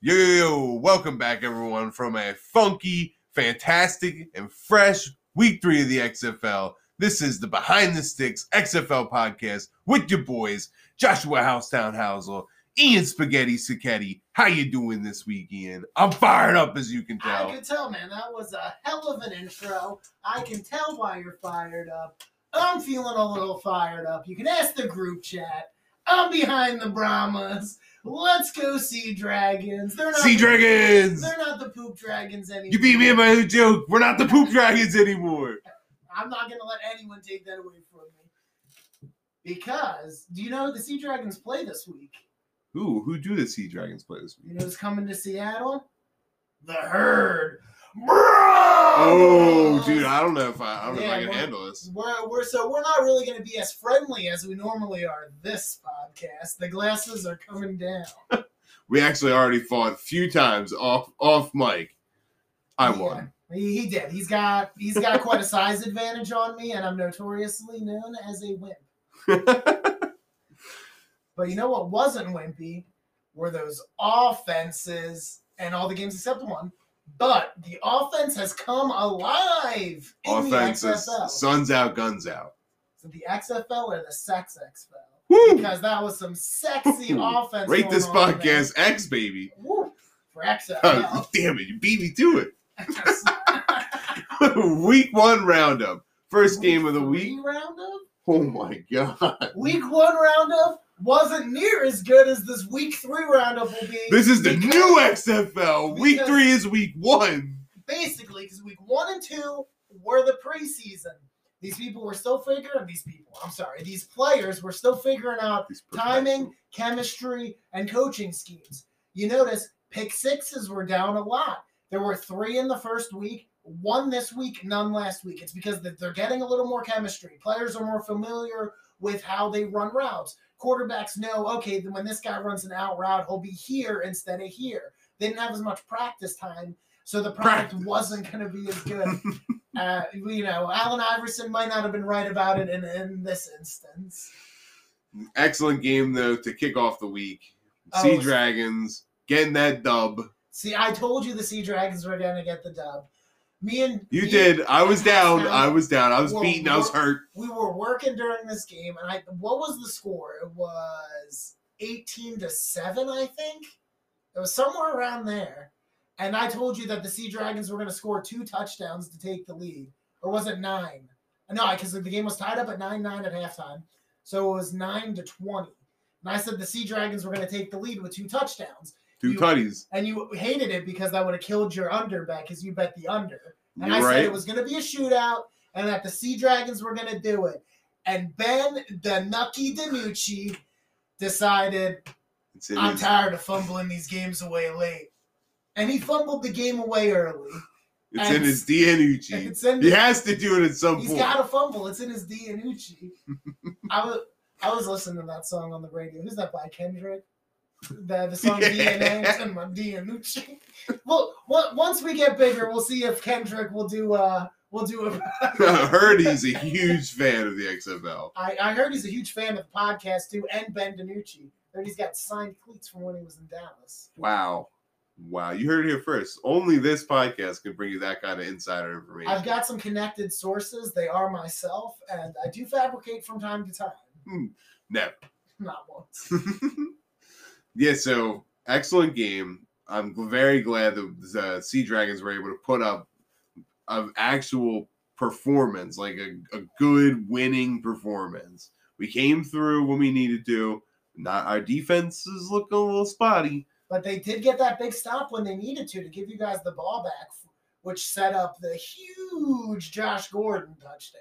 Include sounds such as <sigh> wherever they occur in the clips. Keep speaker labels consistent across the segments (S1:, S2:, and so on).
S1: Yo, yo, yo, welcome back, everyone, from a funky, fantastic, and fresh week three of the XFL. This is the Behind the Sticks XFL podcast with your boys, Joshua Housetown Housel, Ian Spaghetti Sicchetti. How you doing this week, Ian? I'm fired up, as you can
S2: I
S1: tell.
S2: can tell, man. That was a hell of an intro. I can tell why you're fired up. I'm feeling a little fired up. You can ask the group chat. I'm behind the Brahmas. Let's go see dragons. They're not
S1: Sea Dragons!
S2: They're not the poop dragons anymore.
S1: You beat me at my joke. We're not the poop dragons anymore.
S2: I'm not gonna let anyone take that away from me. Because do you know the Sea Dragons play this week?
S1: Ooh, who do the Sea Dragons play this
S2: You
S1: week?
S2: know who's coming to Seattle? The herd.
S1: Oh, dude, I don't know if I, I don't know if I
S2: Yeah,
S1: can
S2: well-
S1: handle this.
S2: We're, we're so we're not really going to be as friendly as we normally are this podcast. The glasses are coming down.
S1: We actually already fought a few times off off mic. I won.
S2: Yeah, he, he did. He's got he's got quite a size advantage on me, and I'm notoriously known as a wimp.
S1: <laughs>
S2: But you know what wasn't wimpy were those offenses and all the games except one. But the offense has come alive in the
S1: Offenses.
S2: XFL.
S1: Suns out, guns out.
S2: so the XFL or the sex XFL?
S1: Woo!
S2: Because that was some sexy
S1: Ooh.
S2: offense.
S1: Rate
S2: going
S1: this
S2: on there.
S1: podcast X, baby.
S2: Woo, for uh, XFL.
S1: <laughs> Oh, damn it, you beat me to it. <laughs>
S2: Yes.
S1: week one roundup. First game of the week. Uh,
S2: Three roundup?
S1: Oh my god.
S2: Week one roundup wasn't near as good as this week three roundup will be.
S1: This is the
S2: Because-
S1: new XFL. Week
S2: Because-
S1: three is week one.
S2: basically because week one and two were the preseason. These people were still figuring these people. I'm sorry, these players were still figuring out
S1: These
S2: timing, chemistry, and coaching schemes. You notice pick sixes were down a lot. There were three in the first week, one this week, none last week. It's because that they're getting a little more chemistry. Players are more familiar with how they run routes. Quarterbacks know, okay, then when this guy runs an out route, he'll be here instead of here. They didn't have as much practice time, so the product
S1: Practice.
S2: wasn't going to be as good. uh, you know, Allen Iverson might not have been right about it in, in this instance.
S1: Excellent game though to kick off the week.
S2: Oh,
S1: Sea
S2: it's-
S1: Dragons getting that dub.
S2: See, I told you the Sea Dragons were gonna get the dub. Me and
S1: You
S2: me-
S1: did. I was down.
S2: Touchdown.
S1: I was down. I was
S2: Well,
S1: beaten. I was
S2: well-
S1: hurt.
S2: We were working during this game, and I what was the score? It was eighteen to seven, I think. It was somewhere around there. And I told you that the Sea Dragons were gonna score two touchdowns to take the lead, or was it nine? No, because the game was tied up at nine nine at halftime, so it was nine to twenty. And I said the Sea Dragons were gonna take the lead with two touchdowns,
S1: Two
S2: You-
S1: tutties.
S2: and you hated it because that would have killed your under bet because you bet the under. And
S1: You're
S2: I said
S1: right.
S2: it was going to be a shootout and that the Sea Dragons were going to do it. And Ben the Nucky DiNucci decided,
S1: It's in
S2: I'm
S1: his,
S2: tired of fumbling these games away late. And he fumbled the game away early.
S1: it's in his DNA
S2: And
S1: gene.
S2: <laughs> it's in
S1: He has to do it at some
S2: he's
S1: point. <laughs>
S2: got a fumble. It's in his DiNucci. I was I was listening to that song on the radio. Who's that by Kendrick? The, the
S1: <laughs>
S2: song
S1: Yeah.
S2: DNA it's in my DiNucci. Well, on- once we get bigger, we'll see if Kendrick will do. Uh, we'll do a.
S1: <laughs> I heard he's a huge fan of the XFL.
S2: I, I heard he's a huge fan of the podcast too, and Ben DiNucci. Heard he's got signed cleats from when he was in Dallas.
S1: Wow. Wow. You heard it here first. Only this podcast can bring you that kind of insider information.
S2: I've got some connected sources. They are myself, and I do fabricate from time to time.
S1: Never.
S2: <laughs> Not once.
S1: yeah, so excellent game. I'm gl- very glad that the Sea Dragons were able to put up an actual performance, like a, a good winning performance. We came through when we needed to. Not our defense is looking a little spotty.
S2: But they did get that big stop when they needed to to give you guys the ball back, which set up the huge Josh Gordon touchdown.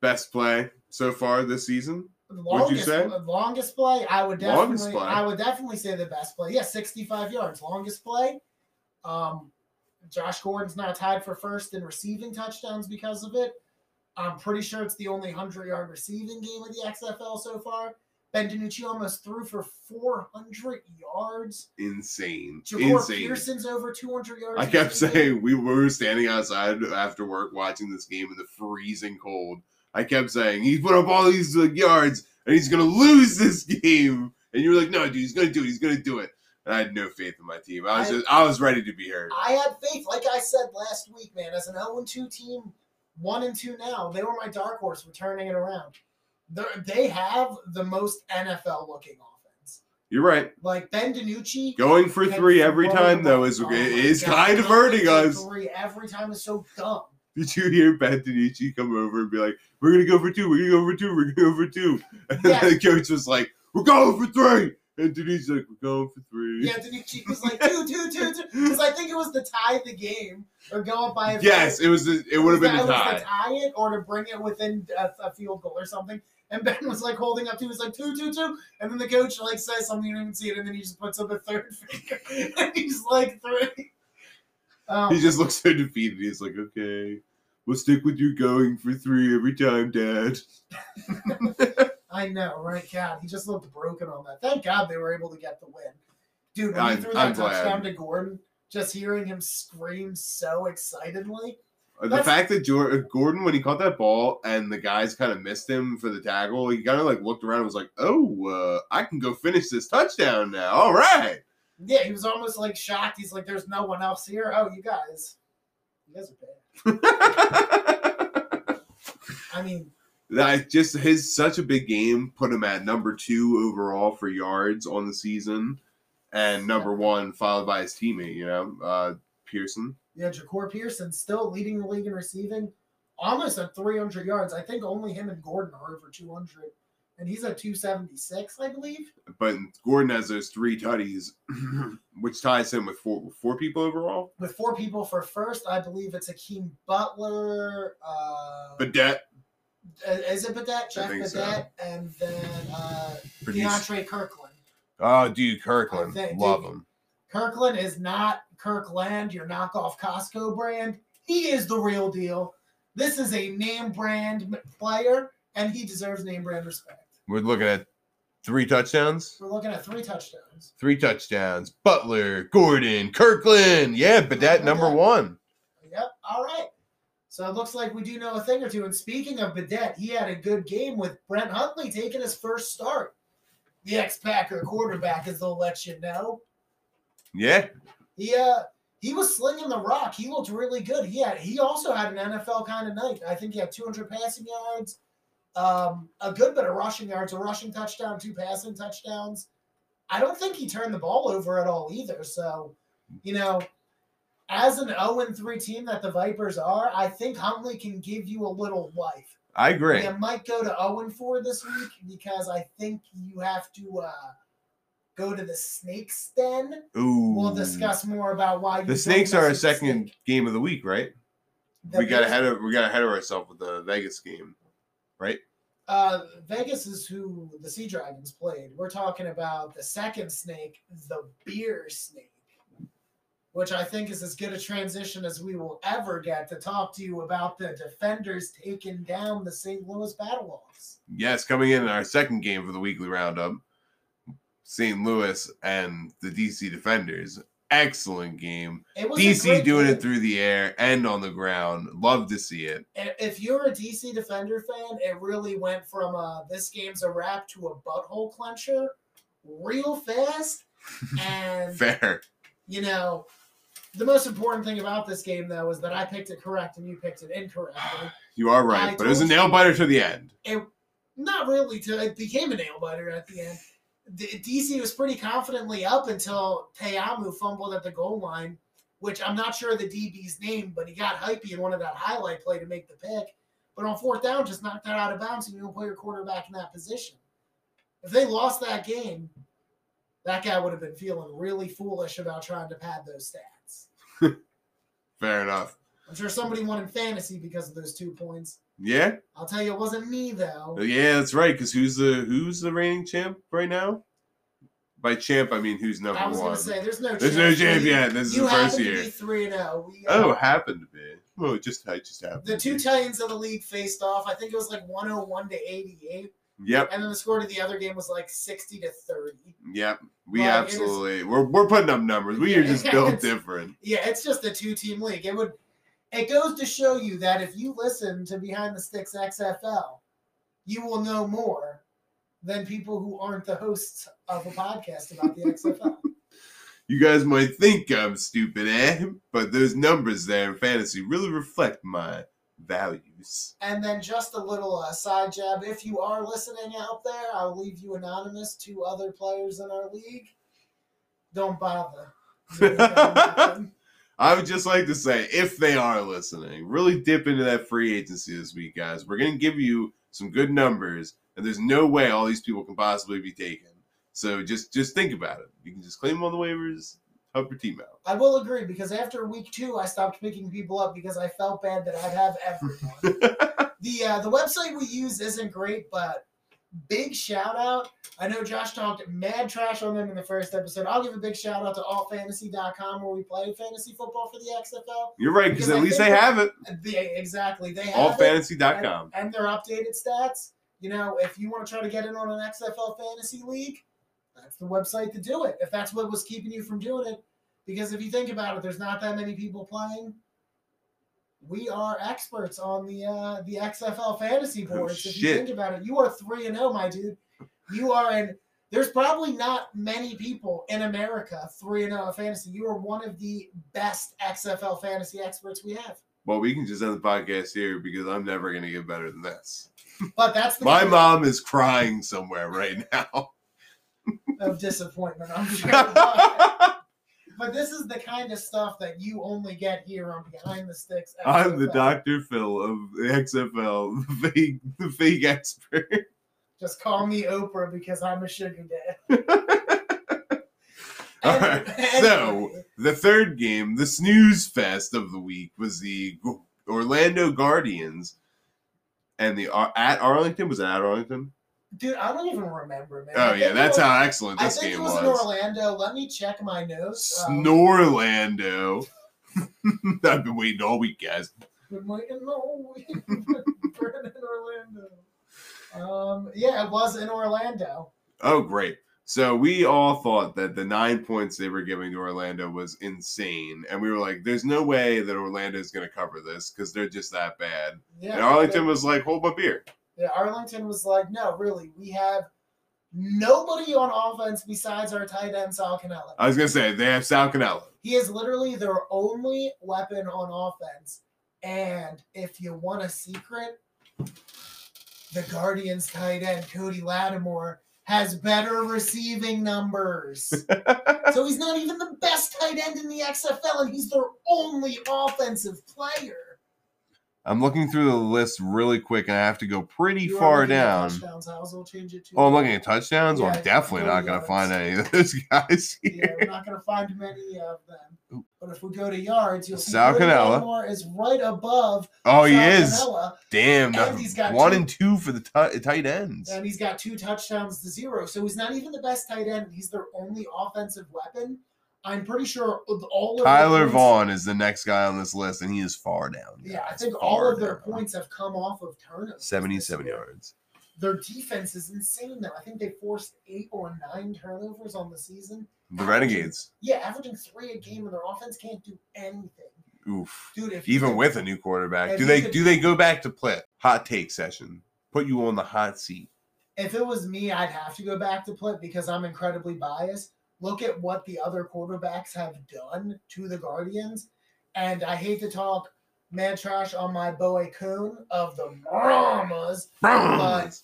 S1: Best play so far this season.
S2: The
S1: What'd you
S2: Longest,
S1: say?
S2: longest play. I would definitely,
S1: Longest play?
S2: I would definitely say the best play. Yeah, sixty-five yards, longest play. Um, Josh Gordon's now tied for first in receiving touchdowns because of it. I'm pretty sure it's the only hundred-yard receiving game of the XFL so far. Ben DiNucci almost threw for four hundred yards.
S1: Insane.
S2: Javor
S1: Insane.
S2: Pearson's over two hundred yards.
S1: I kept
S2: receiving.
S1: saying we were standing outside after work watching this game in the freezing cold. I kept saying he put up all these uh, yards and he's gonna lose this game. And you were like, no, dude, he's gonna do it. He's gonna do it. and I had no faith in my team. I was just, I was ready to be hurt.
S2: I had faith, like I said last week, man. As an 0 2 team, 1 and 2 now, they were my dark horse for turning it around. They're, they have the most NFL looking offense.
S1: You're right.
S2: Like Ben DiNucci.
S1: Going for
S2: can
S1: three every
S2: throw
S1: time
S2: the
S1: though is
S2: ball.
S1: okay.
S2: Oh my
S1: is
S2: God,
S1: kind of hurting
S2: going
S1: us.
S2: for Three every time is so dumb.
S1: Did you hear Ben DiNucci come over and be like, "We're gonna go for two. We're gonna go for two. We're gonna go for two. And
S2: Yeah.
S1: the coach was like, "We're going for three. And DiNucci's like, "We're going for three.
S2: Yeah, DiNucci was like two, two, two, two,
S1: <laughs>
S2: because I think it was to tie the game or go up by. a
S1: Yes, it was. A, it would have been a
S2: It was
S1: tie.
S2: to tie it or to bring it within a, a field goal or something. And Ben was like holding up to, he was like two, two, two, and then the coach like says something you don't even see it, and then he just puts up a third <laughs> finger, and he's like three. Um,
S1: He just looks so defeated. He's like, "Okay, we'll stick with you going for three every time, Dad."
S2: I know, right? God, he just looked broken on that. Thank God they were able to get the win. Dude, when
S1: I'm-
S2: he threw that
S1: I'm glad.
S2: touchdown to Gordon, just hearing him scream so excitedly.
S1: Uh, The
S2: That's-
S1: fact that Jor- uh, Gordon, when he caught that ball and the guys kind of missed him for the tackle, he kind of like looked around and was like, "Oh, uh, I can go finish this touchdown now. All right."
S2: Yeah, he was almost like shocked. He's like, "There's no one else here." Oh, you guys, you guys are bad.
S1: <laughs>
S2: I mean,
S1: That just his such a big game put him at number two overall for yards on the season, and number one followed by his teammate, you know, uh, Pearson.
S2: yeah, Jacor Pearson still leading the league in receiving, almost at 300 yards. I think only him and Gordon are over 200, and he's at 276, I believe.
S1: But Gordon has those three tutties, <clears throat> which ties him with four four people overall.
S2: With four people for first, I believe it's Akeem Butler. Uh,
S1: Badette,
S2: is it Badette? Jeff
S1: think
S2: Badette,
S1: so.
S2: and then uh,
S1: produce.
S2: DeAndre Kirkland.
S1: Oh, dude, Kirkland,
S2: That dude-
S1: love him.
S2: Kirkland is not Kirkland, your knockoff Costco brand. He is the real deal. This is a name brand m- player, and he deserves name brand respect.
S1: We're looking at three touchdowns.
S2: We're looking at three touchdowns.
S1: Three touchdowns. Butler, Gordon, Kirkland. Yeah, Badette number
S2: Okay.
S1: one.
S2: Yep. All right. So it looks like we do know a thing or two. And speaking of Bidette, he had a good game with Brent Huntley taking his first start. The ex-Packer quarterback, as they'll let you know.
S1: Yeah.
S2: He uh he was slinging the rock. He looked really good. He had he also had an NFL kind of night. I think he had 200 passing yards, um, a good bit of rushing yards, a rushing touchdown, two passing touchdowns. I don't think he turned the ball over at all either. So, you know, as an 0 3 team that the Vipers are, I think Huntley can give you a little life.
S1: I agree.
S2: You might go to 0 4 this week because I think you have to uh, go to the Snakes Den.
S1: Ooh.
S2: We'll discuss more about why you
S1: Hmm. The
S2: don't
S1: Snakes
S2: mess
S1: are a
S2: with the
S1: second
S2: snake.
S1: game of the week, right?
S2: The
S1: we got
S2: Vegas-
S1: ahead of we got ahead of ourselves with the Vegas game.
S2: Uh, Vegas is who the Sea Dragons played. We're talking about the second snake, the beer snake, which I think is as good a transition as we will ever get to talk to you about the defenders taking down the St. Louis Battlehawks.
S1: Yes, coming in in our second game for the weekly roundup, St. Louis and the DC Defenders. Excellent game.
S2: It was a
S1: DC
S2: great
S1: doing
S2: game.
S1: it through the air and on the ground. Love to see it. <laughs>
S2: And if you're a DC Defender fan, it really went from uh, this game's a wrap to a butthole clencher
S1: <laughs>
S2: real fast. And
S1: Fair.
S2: you know, the most important thing about this game, though, is that I picked it correct and you picked it incorrectly.
S1: You are right,
S2: I
S1: but it was a
S2: told
S1: nail biter to the end.
S2: Not really, to, it became a nail biter at the end. D- DC was pretty confidently up until Teamu fumbled at the goal line, which I'm not sure of the DB's name, but he got hypey in one of that highlight play to make the pick. But on fourth down, just knocked that out of bounds, and you don't play your quarterback in that position. If they lost that game, that guy would have been feeling really foolish about trying to pad those stats.
S1: Fair enough.
S2: I'm sure somebody won in fantasy because of those two points.
S1: Yeah,
S2: I'll tell you, it wasn't me though.
S1: yeah, that's right. Because who's the who's the reigning champ right now? By champ, I mean who's number
S2: I was
S1: one.
S2: gonna say, there's no
S1: There's no champ yet. This is
S2: you
S1: the
S2: happen
S1: first
S2: to
S1: year.
S2: be three and zero. We, uh,
S1: Oh, happened to be. Well, it just it just happened.
S2: the
S1: to
S2: two
S1: be.
S2: titans of the league faced off. I think it was like 101 to 88,
S1: Yep,
S2: and then the score to the other game was like 60 to 30.
S1: yep. We
S2: Well, it is-
S1: absolutely we're we're putting up numbers. We are just built different.
S2: Yeah, it's just a two-team league. It would. It goes to show you that if you listen to Behind the Sticks XFL, you will
S1: <laughs>
S2: know more than people who aren't the hosts of a podcast about the XFL.
S1: You guys might think I'm stupid, eh? But those numbers there in fantasy really reflect my values.
S2: And then just a little uh, side jab. If you are listening out there, I'll leave you anonymous to other players in our league. Don't bother.
S1: I would just like to say, if they are listening, really dip into that free agency this week, guys. We're going to give you some good numbers, and there's no way all these people can possibly be taken. So just just think about it. You can just claim them on the waivers, help your team out.
S2: I will agree because after week two, I stopped picking people up because I felt bad that I'd have everyone. the uh, the website we use isn't great, but big shout out. I know Josh talked mad trash on them in the first episode. I'll give a big shout out to allfantasy.com where we play fantasy football for the XFL.
S1: You're right, because at
S2: Because I
S1: least
S2: think
S1: they have it.
S2: They, exactly. They have it.
S1: Allfantasy.com.
S2: and their updated stats. You know, if you want to try to get in on an XFL fantasy league, that's the website to do it. If that's what was keeping you from doing it, because if you think about it, there's not that many people playing. We are experts on the uh, the XFL fantasy
S1: Oh,
S2: boards. if you
S1: shit.
S2: think about it, you are three and zero, my dude. You are in. There's probably not many people in America three and zero in fantasy. You are one of the best XFL fantasy experts we have.
S1: Well, we can just end the podcast here because I'm never going to get better than
S2: <laughs>
S1: this.
S2: But that's the
S1: My
S2: kind
S1: mom is crying somewhere right
S2: <laughs>
S1: now.
S2: of disappointment.
S1: <laughs>
S2: I'm sure.
S1: I'm
S2: But this is the kind of stuff that you only get here on Behind the Sticks.
S1: the
S2: XFL.
S1: Dr. Phil of the XFL, <laughs> the fake, the fake expert.
S2: Just call me Oprah because I'm a sugar dad.
S1: <laughs> All right, so- The third game, the snooze fest of the week, was the G- Orlando Guardians and the Ar- at Arlington. Was it at Arlington?
S2: dude, I don't even remember, man. I
S1: Oh
S2: think
S1: yeah,
S2: it
S1: that's
S2: was-
S1: how excellent
S2: I
S1: this
S2: think it
S1: game
S2: was,
S1: was.
S2: in Orlando. Let me check my notes. Um,
S1: Snorlando. <laughs> I've been waiting all week, guys.
S2: been waiting all <laughs> week for it in Orlando. Um, yeah, it was in Orlando.
S1: Oh, great. So we all thought that the nine points they were giving to Orlando was insane, and we were like, "There's no way that Orlando's going to cover this because they're just that bad."
S2: Yeah,
S1: and Arlington was like, "Hold my beer."
S2: Yeah, Arlington was like, no, really, we have nobody on offense besides our tight end Sal Canella.
S1: I was going to say they have Sal Canella.
S2: He is literally their only weapon on offense. And if you want a secret, the Guardians tight end Cody Lattimore has better receiving numbers.
S1: <laughs>
S2: so he's not even the best tight end in the XFL, and he's their only offensive player.
S1: I'm looking through the list really quick, and I have to go pretty
S2: You are
S1: far
S2: looking at
S1: down.
S2: touchdowns. I will change it to.
S1: Oh, I'm looking at touchdowns. well,
S2: Yeah,
S1: I'm definitely not going to
S2: yards.
S1: find any of those <laughs> guys.
S2: Yeah, we're not going to find many of them. But if we go to yards, you'll see
S1: Sal
S2: Cody
S1: Cannella.
S2: Lattimore is right above.
S1: Oh, he
S2: Sal
S1: is.
S2: Cannella,
S1: Damn,
S2: And he's got
S1: one
S2: two.
S1: and two for the ti- tight ends.
S2: and he's got two touchdowns to zero. So he's not even the best tight end. He's their only offensive weapon. I'm pretty sure of all of
S1: Tyler
S2: their points-
S1: Vaughn is the next guy on this list, and he is far down.
S2: Yeah, I
S1: guys,
S2: think all
S1: far
S2: of their
S1: down.
S2: points have come off of turnovers.
S1: 77 yards.
S2: Their defense is insane, though. I think they forced eight or nine turnovers on the season.
S1: The Renegades.
S2: Yeah, averaging three a game, and their offense can't do anything.
S1: Oof.
S2: Dude, if you
S1: Even
S2: could-
S1: with a new quarterback,
S2: If
S1: do
S2: you
S1: they
S2: could-
S1: do they go back to play hot take session? Put you on the hot seat.
S2: if it was me, I'd have to go back to Plitt because I'm incredibly biased. Look at what the other quarterbacks have done to the Guardians. And I hate to talk mad trash on my boy Coon of the Brahmas. But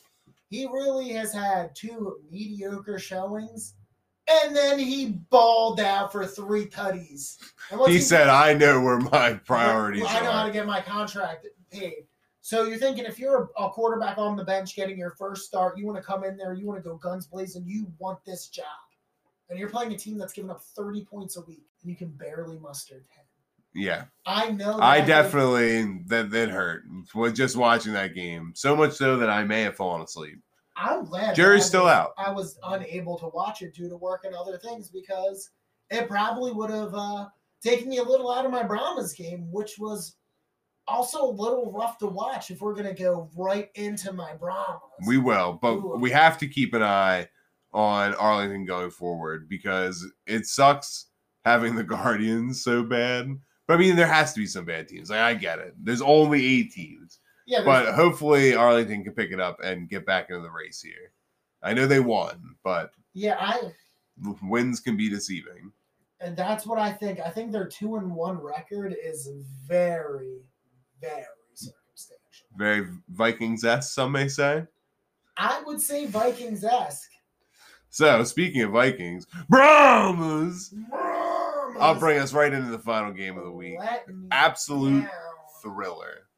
S2: he really has had two mediocre showings. And then he balled out for three tutties. And once
S1: he said, "I know where my priorities
S2: I know how
S1: are."
S2: to get my contract paid. So you're thinking if you're a quarterback on the bench getting your first start, you want to come in there, you want to go guns blazing, you want this job, and you're playing a team that's giving up 30 points a week, and you can barely muster 10.
S1: Yeah,
S2: I know. that
S1: I
S2: gave-
S1: definitely that that hurt was just watching that game so much so that I may have fallen asleep.
S2: I'm glad.
S1: Jury's
S2: I
S1: still
S2: was-
S1: out.
S2: I was unable to watch it due to work and other things because it probably would have uh, taken me a little out of my Brahmas game, which was also a little rough to watch if we're going to go right into my Brahmas.
S1: We will, but
S2: Ooh.
S1: we have to keep an eye on Arlington going forward because it sucks having the <laughs> Guardians so bad. But I mean, there has to be some bad teams. Like I get it. There's only eight teams,
S2: yeah, there's-
S1: but uh, hopefully Arlington can pick it up and get back into the race here. I know they won, but
S2: Yeah, I
S1: wins can be deceiving.
S2: and that's what I think. I think their two and one record is very, very circumstantial.
S1: Very Vikings esque, some may say.
S2: I would say Vikings esque.
S1: So, speaking of Vikings, Brahmas! I'll
S2: I'll
S1: bring us right into the final game of the week. Absolute Thriller.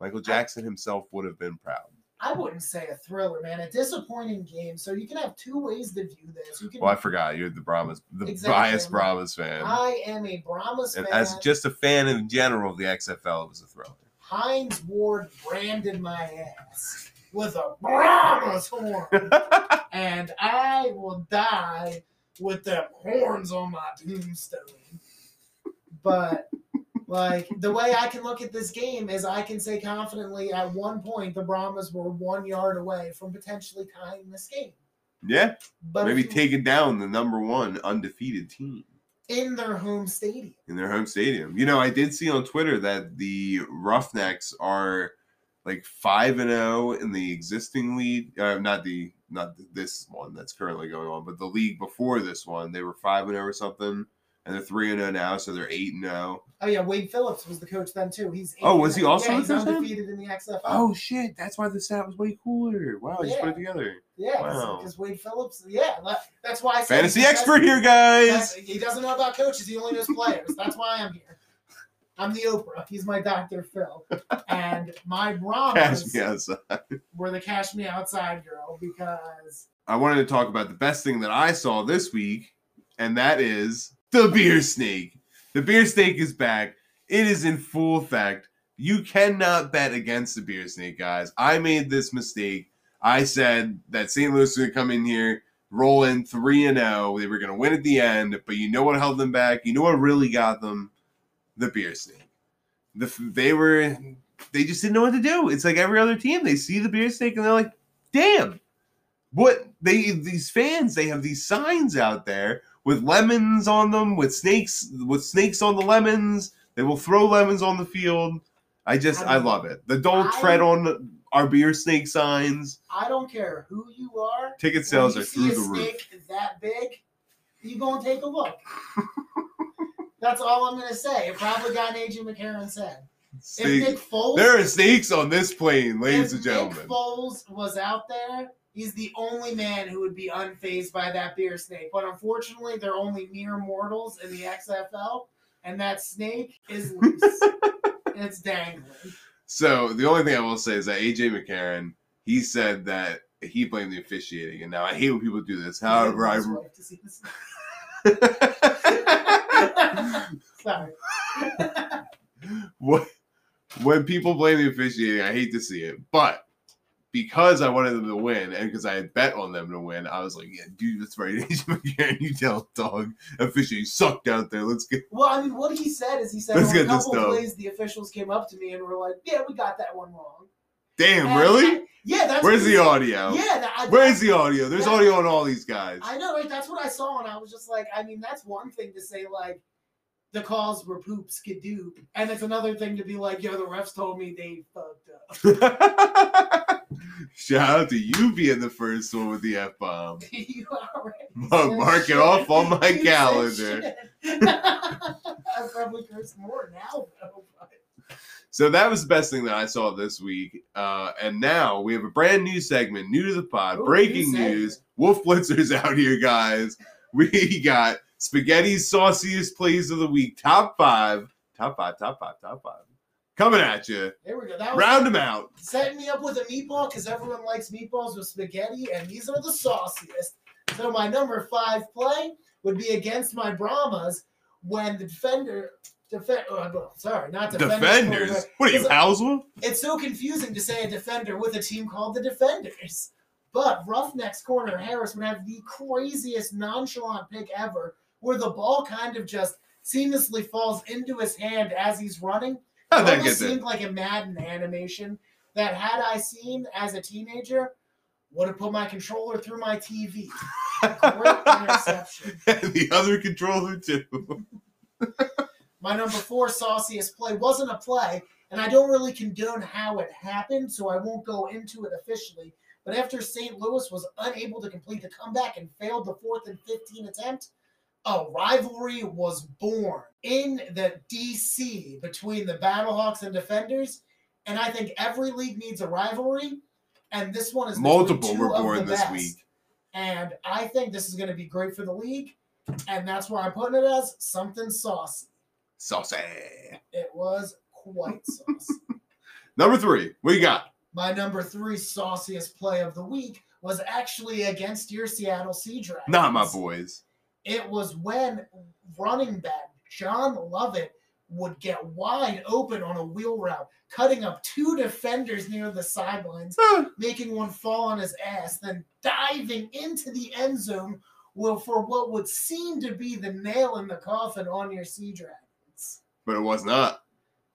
S1: Michael Jackson himself would have been proud.
S2: I wouldn't say a thriller, man. A disappointing game. So you can have two ways to view this. You can.
S1: Well, I forgot. You're the Brahmas, the
S2: Exactly.
S1: biased Brahmas fan.
S2: I am a Brahmas
S1: and
S2: fan.
S1: as just a fan in general of the XFL, it was a thriller.
S2: Heinz Ward branded my ass with a
S1: <laughs>
S2: Brahma's horn, and I will die with them horns on my tombstone. But like the way I can look at this game is, I can say confidently at one point the Brahmas were one yard away from potentially tying this game.
S1: Yeah,
S2: But
S1: maybe
S2: if you-
S1: taking down the number one undefeated team
S2: in their home stadium.
S1: in their home stadium. You know, I did see on Twitter that the Roughnecks are like five and zero in the existing league. Uh, not the not th- this one that's currently going on, but the league before this one, they were five and zero or something, and they're three and zero now, so they're eight and zero.
S2: Oh yeah, Wade Phillips was the coach then too. He's
S1: Oh, was he
S2: yeah,
S1: also
S2: he's
S1: at this time?
S2: undefeated in the XFL?
S1: Oh shit, that's why the stat was way cooler. Wow, you just put it together.
S2: Yeah,
S1: Wow.
S2: because Wade Phillips. Yeah, that- that's why I said
S1: Fantasy
S2: he doesn't-
S1: expert here, guys.
S2: that's- He doesn't know about coaches. He only knows players. that's why I'm here. I'm the Oprah. He's my Dr. Phil, and my
S1: Cash me
S2: Brahmas
S1: outside.
S2: were the Cash Me Outside girl because
S1: I wanted to talk about the best thing that I saw this week, and that is the beer snake. The beer snake is back. It is in full effect. You cannot bet against the beer snake, guys. I made this mistake. I said that St. Louis was going to come in here, roll in 3 and 0. They were going to win at the end, but you know what held them back? You know what really got them? The beer snake. The, f- they were they just didn't know what to do. It's like every other team. They see the beer snake and they're like, "Damn, what they these fans they have these signs out there with lemons on them with snakes with snakes on the lemons they will throw lemons on the field i just i, love it the don't
S2: I-
S1: tread on our beer snake signs
S2: I don't care who you are.
S1: ticket
S2: When
S1: sales
S2: you
S1: are
S2: see
S1: through
S2: a
S1: the roof
S2: snake that big, you gonna take a look. That's all I'm gonna say. It probably got AJ McCarron said. If
S1: Snake-
S2: Nick Foles,
S1: there are snakes on this plane ladies
S2: if
S1: and gentlemen
S2: Nick Foles was out there, he's the only man who would be unfazed by that beer snake. But unfortunately, they're only mere mortals in the XFL, and that snake is loose.
S1: <laughs>
S2: it's dangling.
S1: So the only thing I will say is that AJ McCarron, he said that he blamed the officiating, and now I hate when people do this. However, I
S2: His wife to see the snake. <laughs> Sorry.
S1: <laughs> what when people blame the officiating, I hate to see it, but because I wanted them to win and because I had bet on them to win, I was like, "Yeah, dude, that's right, <laughs> AJ McCarron, you tell dog officiating sucked out there. Let's get
S2: Well, I mean, what he said is he said
S1: Let's
S2: on a
S1: get this
S2: couple
S1: done.
S2: plays the officials came up to me and were like, "Yeah, we got that one wrong."
S1: damn,
S2: And
S1: really?
S2: I- yeah, that's
S1: Where's the
S2: audio?
S1: audio?
S2: Yeah, that, I,
S1: Where's the audio? There's
S2: Yeah.
S1: audio on all these guys.
S2: I know, right? That's what I saw, and I was just like, I mean, that's one thing to say, like, the calls were poop skidoo, and it's another thing to be like, yo, the refs told me they fucked
S1: <laughs>
S2: up. <laughs>
S1: Shout out to you being the first one with the F bomb.
S2: you already said
S1: <laughs> Oh, Mark it
S2: shit.
S1: off on
S2: <laughs> You
S1: my
S2: said
S1: calendar.
S2: shit. <laughs> I probably curse more now, though. but-
S1: So that was the best thing that I saw this week. Uh, and now we have a brand new segment, new to the pod,
S2: Ooh,
S1: breaking
S2: new segment.
S1: news. Wolf Blitzer's <laughs> out here, guys. We got spaghetti's sauciest plays of the week, top five, top five, top five, top five, coming at you.
S2: There we go. That was
S1: Round them out.
S2: setting me up with a meatball because everyone likes meatballs with spaghetti, and these are the sauciest. So my number five play would be against my Brahmas when the defender, defend, oh, well, sorry, not defender,
S1: Defenders.
S2: quarterback.
S1: What are you,
S2: It's-
S1: Housel?
S2: It's so confusing to say a defender with a team called the Defenders. But Roughnecks corner Harris would have the craziest nonchalant pick ever, where the ball kind of just seamlessly falls into his hand as he's running,
S1: How'd
S2: it
S1: that get
S2: almost
S1: there?
S2: seemed like a Madden animation that had I seen as a teenager, would have put my controller through my TV.
S1: <laughs>
S2: Great interception.
S1: and the other controller, too.
S2: My number four sauciest play wasn't a play, and I don't really condone how it happened, so I won't go into it officially. But after St. Louis was unable to complete the comeback and failed the fourth and 15 attempt, a rivalry was born in the DC between the Battlehawks and Defenders. And I think every league needs a rivalry. And this one is between
S1: Multiple
S2: two
S1: were
S2: of
S1: born
S2: the
S1: this
S2: best.
S1: week.
S2: And I think this is going to be great for the league. And that's why I'm putting it as something saucy.
S1: Saucy.
S2: It was quite saucy.
S1: Number three, what you got?
S2: My number three sauciest play of the week was actually against your Seattle Sea Dragons.
S1: Not my boys.
S2: It was when running back John Lovett would get wide open on a wheel route, cutting up two defenders near the sidelines,
S1: Huh.
S2: making one fall on his ass, then diving into the end zone well, for what would seem to be the nail in the coffin on your Sea Dragons.
S1: But it was not. <laughs>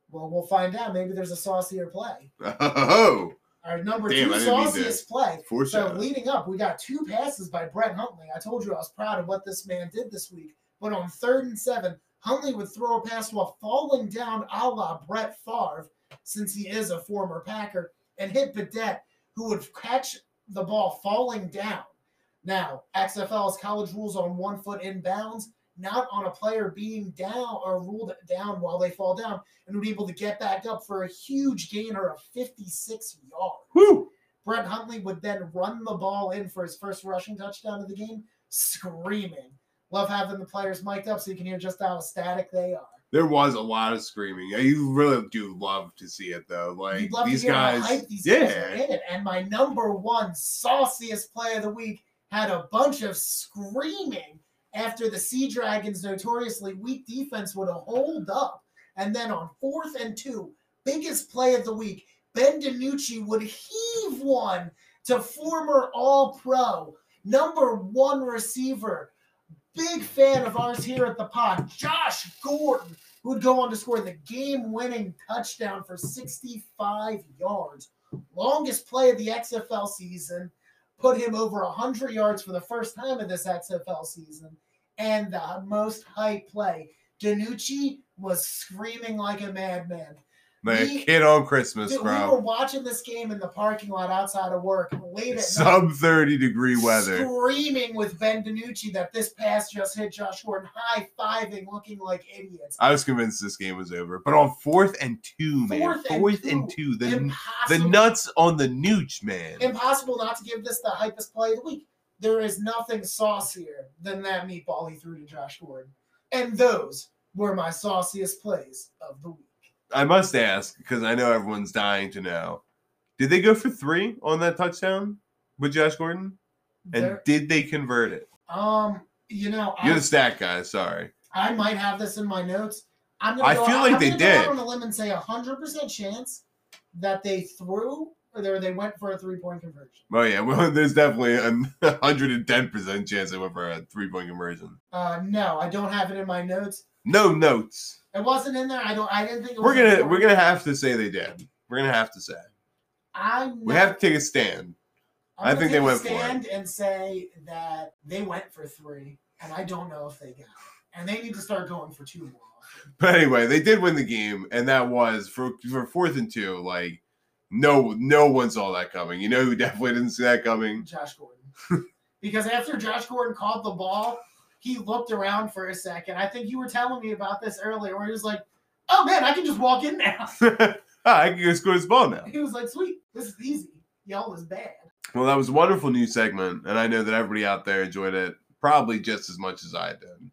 S2: Well, we'll find out. Maybe there's a saucier play.
S1: Oh,
S2: Our number
S1: Damn,
S2: two
S1: I didn't mean to
S2: sauciest play so
S1: foreshadowing.
S2: leading up, we got two passes by Brett Huntley. I told you I was proud of what this man did this week. But on third and seven, Huntley would throw a pass while falling down a la Brett Favre, since he is a former Packer, and hit Bidette, who would catch the ball falling down. Now, XFL's college rules on one foot inbounds, not on a player being down or ruled down while they fall down, and would be able to get back up for a huge gainer of 56 yards.
S1: Woo!
S2: Brett Huntley would then run the ball in for his first rushing touchdown of the game, screaming. Love having the players mic'd up so you can hear just how ecstatic they are.
S1: There was a lot of screaming. Yeah, You really do love to see it though. Like
S2: You'd love
S1: these
S2: to hear
S1: guys.
S2: how hype these guys are
S1: yeah.
S2: in it. And my number one sauciest play of the week had a bunch of screaming after the Sea Dragons' notoriously weak defense would hold up. And then on fourth and two, biggest play of the week, Ben DiNucci would heave one to former All Pro, number one receiver, big fan of ours here at the pod, Josh Gordon, who would go on to score the game winning touchdown for 65 yards. Longest play of the XFL season, put him over 100 yards for the first time in this XFL season, and the most hype play. Danucci was screaming like a madman.
S1: Like
S2: We-
S1: a kid on Christmas,
S2: Dude, we were
S1: bro.
S2: watching this game in the parking lot outside of work late at night.
S1: Sub 30 degree weather.
S2: Screaming with Ben DiNucci that this pass just hit Josh Gordon, high fiving, looking like idiots.
S1: I was convinced this game was over. But on fourth and two, man.
S2: Fourth and
S1: fourth and two. the the
S2: impossible,
S1: nuts on the nooch, man.
S2: impossible not to give this the hypest play of the week. There is nothing saucier than that meatball he threw to Josh Gordon. And those were my sauciest plays of the week.
S1: I must ask, because I know everyone's dying to know. Did they go for three on that touchdown with Josh Gordon? And
S2: There-
S1: did they convert it?
S2: um, you know,
S1: You're
S2: I,
S1: the stat guy, sorry.
S2: I might have this in my notes. I'm gonna
S1: I
S2: go-
S1: feel like
S2: I'm
S1: they
S2: gonna go out
S1: did.
S2: on a limb and say 100% chance that they threw or they- they went for a three point conversion.
S1: Oh yeah, <laughs> well, there's definitely a hundred and ten percent chance they went for a three point conversion.
S2: Uh, no, I don't have it in my notes.
S1: No notes.
S2: It wasn't in there. I don't. I didn't think it was.
S1: We're
S2: in
S1: gonna
S2: there.
S1: we're gonna have to say they did. We're gonna have to say
S2: I'm.
S1: we
S2: not-
S1: have to take a stand.
S2: I'm
S1: I
S2: gonna
S1: think they
S2: take a
S1: went for it.
S2: stand and say that they went for three, and I don't know if they got it. And they need to start going for two more. often.
S1: But anyway, they did win the game, and that was for for fourth and two. Like no no one saw that coming. You know who definitely didn't see that coming?
S2: Josh Gordon,
S1: <laughs>
S2: because after Josh Gordon caught the ball, he looked around for a second. I think you were telling me about this earlier, where he was like, "Oh man, I can just walk in now." <laughs>
S1: Ah, <laughs> I can go score this ball now.
S2: He was like, "Sweet, this is easy. Y'all is bad."
S1: Well, that was a wonderful new segment, and I know that everybody out there enjoyed it probably just as much as I did.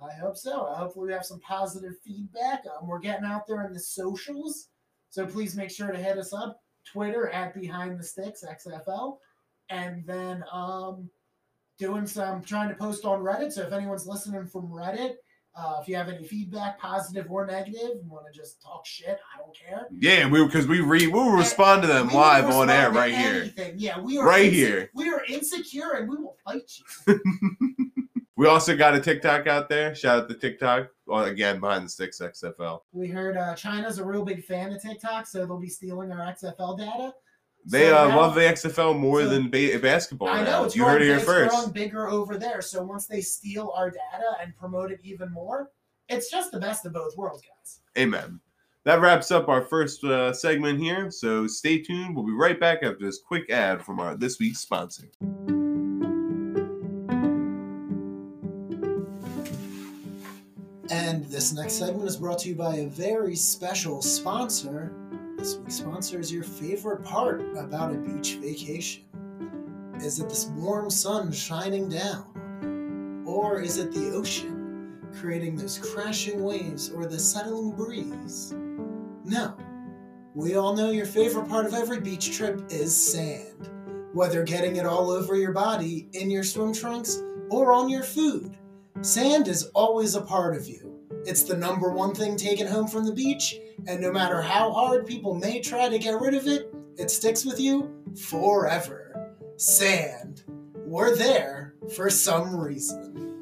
S2: I hope so. I Hopefully, we have some positive feedback. Um, we're getting out there in the socials, so please make sure to hit us up: Twitter at Behind the Sticks XFL, and then um, doing some trying to post on Reddit. So if anyone's listening from Reddit, uh, if you have any feedback, positive or negative, want to just talk shit, I don't care.
S1: Yeah, we because we re we'll respond to them
S2: We will
S1: live on air
S2: respond to
S1: right here.
S2: anything. Yeah, we are
S1: Right
S2: inse-
S1: here.
S2: We are insecure, and we will fight you.
S1: We also got a TikTok out there. Shout out to TikTok Well, again behind the sticks XFL.
S2: We heard uh, China's a real big fan of TikTok, so they'll be stealing our XFL data.
S1: They
S2: So
S1: uh,
S2: now-
S1: love the XFL more
S2: so-
S1: than ba- basketball.
S2: I
S1: now.
S2: know it's
S1: you heard it
S2: growing-
S1: here
S2: it's
S1: first.
S2: growing bigger over there. So once they steal our data and promote it even more, it's just the best of both worlds, guys.
S1: Amen. That wraps up our first uh, segment here. So stay tuned. We'll be right back after this quick ad from our this week's sponsor.
S3: And this next segment is brought to you by a very special sponsor. This week's sponsor is your favorite part about a beach vacation. Is it this warm sun shining down? Or is it the ocean creating those crashing waves or the settling breeze? No. We all know your favorite part of every beach trip is sand. Whether getting it all over your body, in your swim trunks, or on your food, sand is always a part of you. It's the number one thing taken home from the beach, and no matter how hard people may try to get rid of it, it sticks with you forever. Sand. We're there for some reason.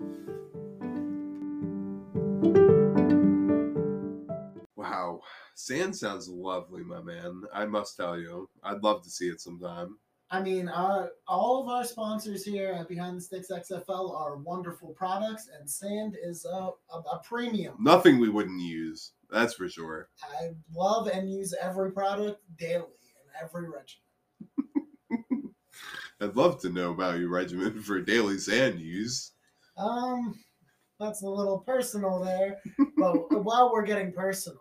S1: Wow. Sand sounds lovely, my man. I must tell you. I'd love to see it sometime.
S2: I mean, our, all of our sponsors here at Behind the Sticks XFL are wonderful products, and sand is a, a, a premium.
S1: Nothing we wouldn't use, that's for sure.
S2: I love and use every product daily in every regimen.
S1: I'd love to know about your regimen for daily sand use.
S2: Um, that's a little personal there,
S1: <laughs>
S2: but while we're getting personal,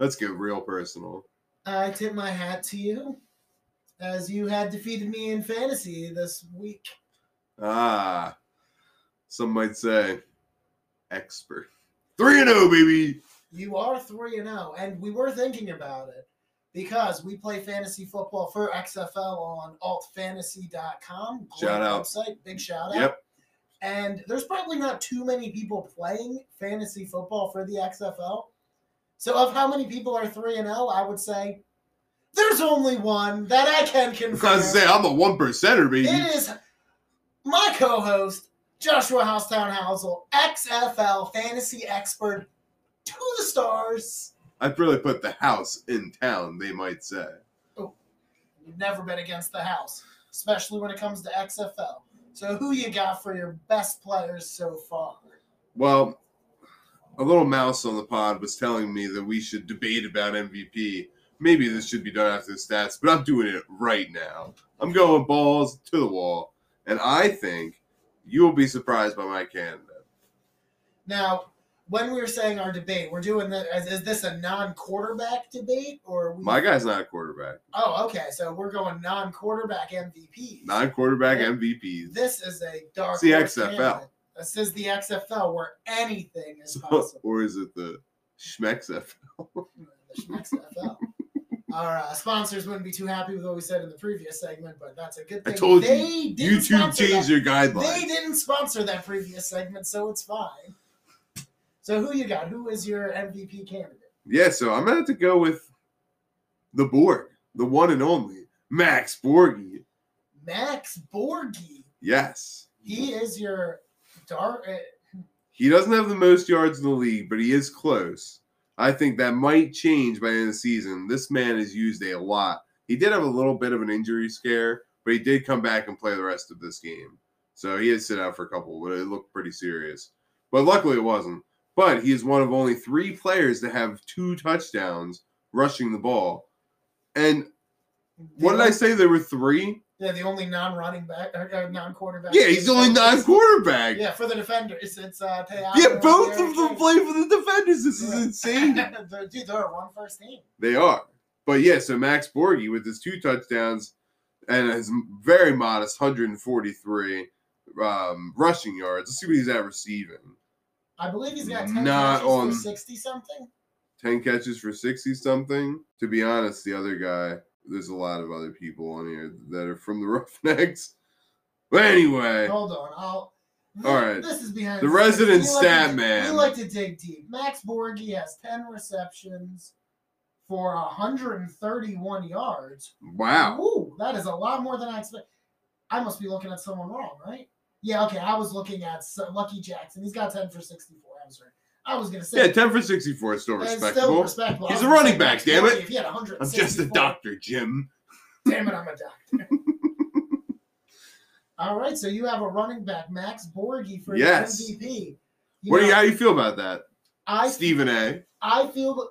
S1: Let's get real personal.
S2: I tip my hat to you as you had defeated me in fantasy this week.
S1: Ah, some might say expert. 3 and 0, baby.
S2: You are 3 and 0, and we were thinking about it because we play fantasy football for XFL on altfantasy.com. Great
S1: Shout out.
S2: Website. Big shout out.
S1: Yep.
S2: And there's probably not too many people playing fantasy football for the XFL. So, of how many people are 3 and 0, I would say there's only one that I
S1: I
S2: can
S1: was
S2: confirm.
S1: gonna say, I'm a one percenter, baby.
S2: It is my co-host Joshua Housetown Housel, XFL fantasy expert to the stars.
S1: I'd really put the house in town, they might say.
S2: You've never been against the house, especially when it comes to XFL. So who you got for your best players so far?
S1: Well, a little mouse on the pod was telling me that we should debate about MVP. Maybe this should be done after the stats, but I'm doing it right now. I'm going balls to the wall, and I think you will be surprised by my candidate.
S2: Now, when we were saying our debate, we're doing the is, is this a non-quarterback debate or are we?
S1: My guy's not a quarterback,
S2: oh, okay. So we're going non-quarterback MVP.
S1: non-quarterback MVPs.
S2: This is a dark.
S1: It's the
S2: horse
S1: XFL.
S2: candidate. This is the XFL where anything is
S1: So,
S2: possible.
S1: <laughs>
S2: <laughs>
S1: or is it the Schmecks
S2: The XFL. Our uh, sponsors wouldn't be too happy with what we said in the previous segment, but that's a good
S1: I
S2: thing.
S1: told you,
S2: they didn't
S1: YouTube
S2: sponsor
S1: changed your
S2: that. They
S1: guidelines.
S2: didn't sponsor that previous segment, so it's fine. So who you got? Who is your MVP candidate?
S1: Yeah, so I'm gonna have to go with the Borg, the one and only Max Borgi.
S2: Max Borgi.
S1: Yes.
S2: He is your dark. Uh,
S1: He doesn't have the most yards in the league, but he is close. I think that might change by the end of the season. This man is used a lot. He did have a little bit of an injury scare, but he did come back and play the rest of this game. So he had sit out for a couple, but it looked pretty serious. But luckily it wasn't. But he is one of only three players to have two touchdowns rushing the ball. And what did I say? There were three?
S2: Yeah, the only non-running back, or, or non-quarterback.
S1: Yeah, he's the only non quarterback.
S2: Yeah, for the defender, it's it's uh. Te'amu
S1: Yeah, both
S2: and
S1: of them
S2: Derrick
S1: play for the defenders. This
S2: Yeah.
S1: is insane.
S2: <laughs> They're- Dude, they're a one first team.
S1: They are. But yeah, so Max Borgi with his two touchdowns and his very modest 143 um, rushing yards. Let's see what he's at receiving.
S2: I believe he's got 10
S1: Not
S2: catches
S1: on-
S2: for 60 something.
S1: 10 catches for 60 something. To be honest, the other guy, there's a lot of other people on here that are from the <laughs> Roughnecks. But anyway,
S2: Hold on. I'll.
S1: All right.
S2: This is behind
S1: The
S2: scenes.
S1: resident
S2: We
S1: stat
S2: to,
S1: man.
S2: We like to dig deep. Max Borgi has 10 receptions for 131 yards.
S1: wow.
S2: Ooh, that is a lot more than I expect. I must be looking at someone wrong, right? Yeah, okay. I was looking at S- Lucky Jackson. He's got 10 for 64. I was right. I was going to say.
S1: Yeah, 10 for 64 is still
S2: and
S1: respectable.
S2: respectable.
S1: He's
S2: I was
S1: a
S2: gonna
S1: running
S2: say
S1: back,
S2: Max
S1: damn
S2: Borgi,
S1: it.
S2: If he had
S1: I'm just a
S2: 164
S1: doctor, Jim.
S2: Damn it, I'm a doctor. <laughs> All right, so you have a running back, Max Borgi, for your
S1: Yes.
S2: MVP. You
S1: What do you,
S2: know,
S1: how do you feel about that,
S2: I
S1: Stephen A?
S2: I feel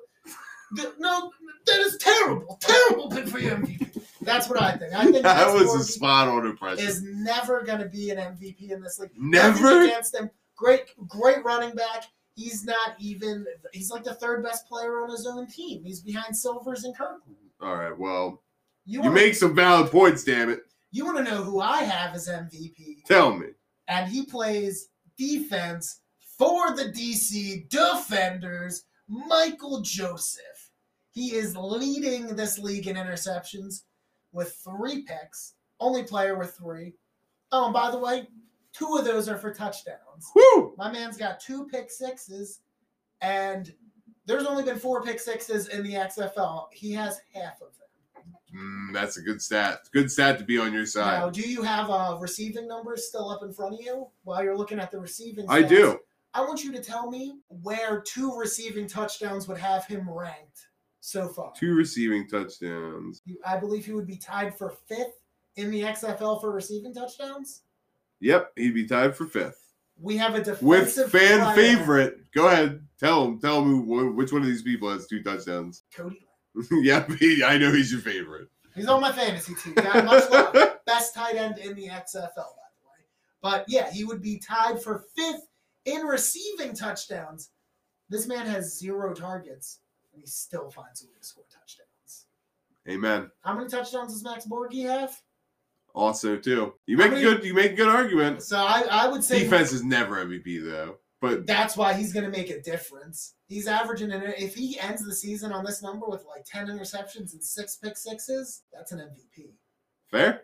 S2: th- no, that is terrible, terrible pick for your MVP. That's what I think. I
S1: <laughs> <laughs>
S2: think
S1: That
S2: Max
S1: was a
S2: Borgi
S1: spot on impression.
S2: is never going to be an MVP in this league. Nothing
S1: Never?
S2: against him. Great, great running back. He's not even. He's like the third best player on his own team. He's behind Silvers and Kirkland.
S1: All right. Well,
S2: You
S1: you
S2: want
S1: make some valid points, damn it.
S2: you want to know who I have as MVP?
S1: Tell me.
S2: and he plays defense for the DC Defenders, Michael Joseph. He is leading this league in interceptions with three picks, only player with three. Oh, and by the way, two of those are for touchdowns.
S1: Woo!
S2: My man's got two pick sixes, and there's only been four pick sixes in the XFL. He has half of them.
S1: Mm, that's a good stat. Good stat to be on your side.
S2: Now, do you have uh, receiving numbers still up in front of you while you're looking at the receiving?
S1: I
S2: stats?
S1: do.
S2: I want you to tell me where two receiving touchdowns would have him ranked so far.
S1: Two receiving touchdowns.
S2: You- I believe he would be tied for fifth in the XFL for receiving touchdowns.
S1: Yep, he'd be tied for fifth.
S2: We have a defensive
S1: With fan
S2: player,
S1: favorite. Go ahead. Tell him. Tell me wh- which one of these people has two touchdowns. <laughs>
S2: Cody. Lamb.
S1: yep, <laughs> he, I know he's your favorite.
S2: He's on my fantasy team. Got much love.
S1: <laughs>
S2: Best tight end in the XFL, by the way. But yeah, he would be tied for fifth in receiving touchdowns. This man has zero targets, and he still finds a way to score touchdowns.
S1: Amen.
S2: How many touchdowns does Max Borgi have?
S1: Also, too, you
S2: How
S1: make
S2: many-
S1: good. You make good arguments.
S2: So I, I would say
S1: Defense is never MVP though, but
S2: that's why he's going to make a difference. He's averaging an if he ends the season on this number with like ten interceptions and six pick sixes, that's an MVP.
S1: fair,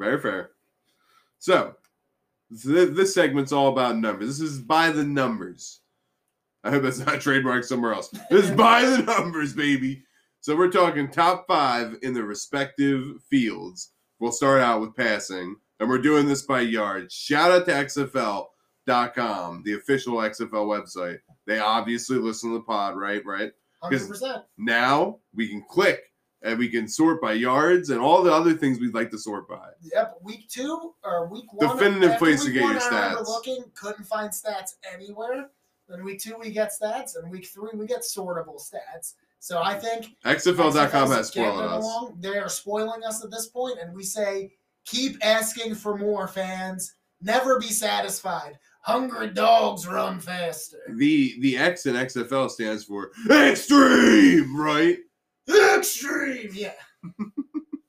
S1: very fair. So, th- this segment's all about numbers. This is by the numbers. I hope that's not <laughs> trademarked somewhere else. This is by the numbers, baby. So we're talking top five in the respective fields. We'll start out with passing, and we're doing this by yards. Shout out to XFL.com, the official XFL website. They obviously listen to the pod, right? Right.
S2: Hundred percent.
S1: Now we can click and we can sort by yards and all the other things we'd like to sort by.
S2: Yep. Week two or week one.
S1: Definitive
S2: after
S1: place to
S2: week
S1: get
S2: one,
S1: your
S2: I remember
S1: stats.
S2: Looking, couldn't find stats anywhere. Then week two we get stats, and week three we get sortable stats. So I think
S1: XFL.com has
S2: X's getting
S1: spoiled us.
S2: along. They are spoiling us at this point, and we say, keep asking for more, fans. Never be satisfied. Hungry dogs run faster.
S1: The the X in XFL stands for extreme, right?
S2: Extreme,
S1: <laughs>
S2: yeah.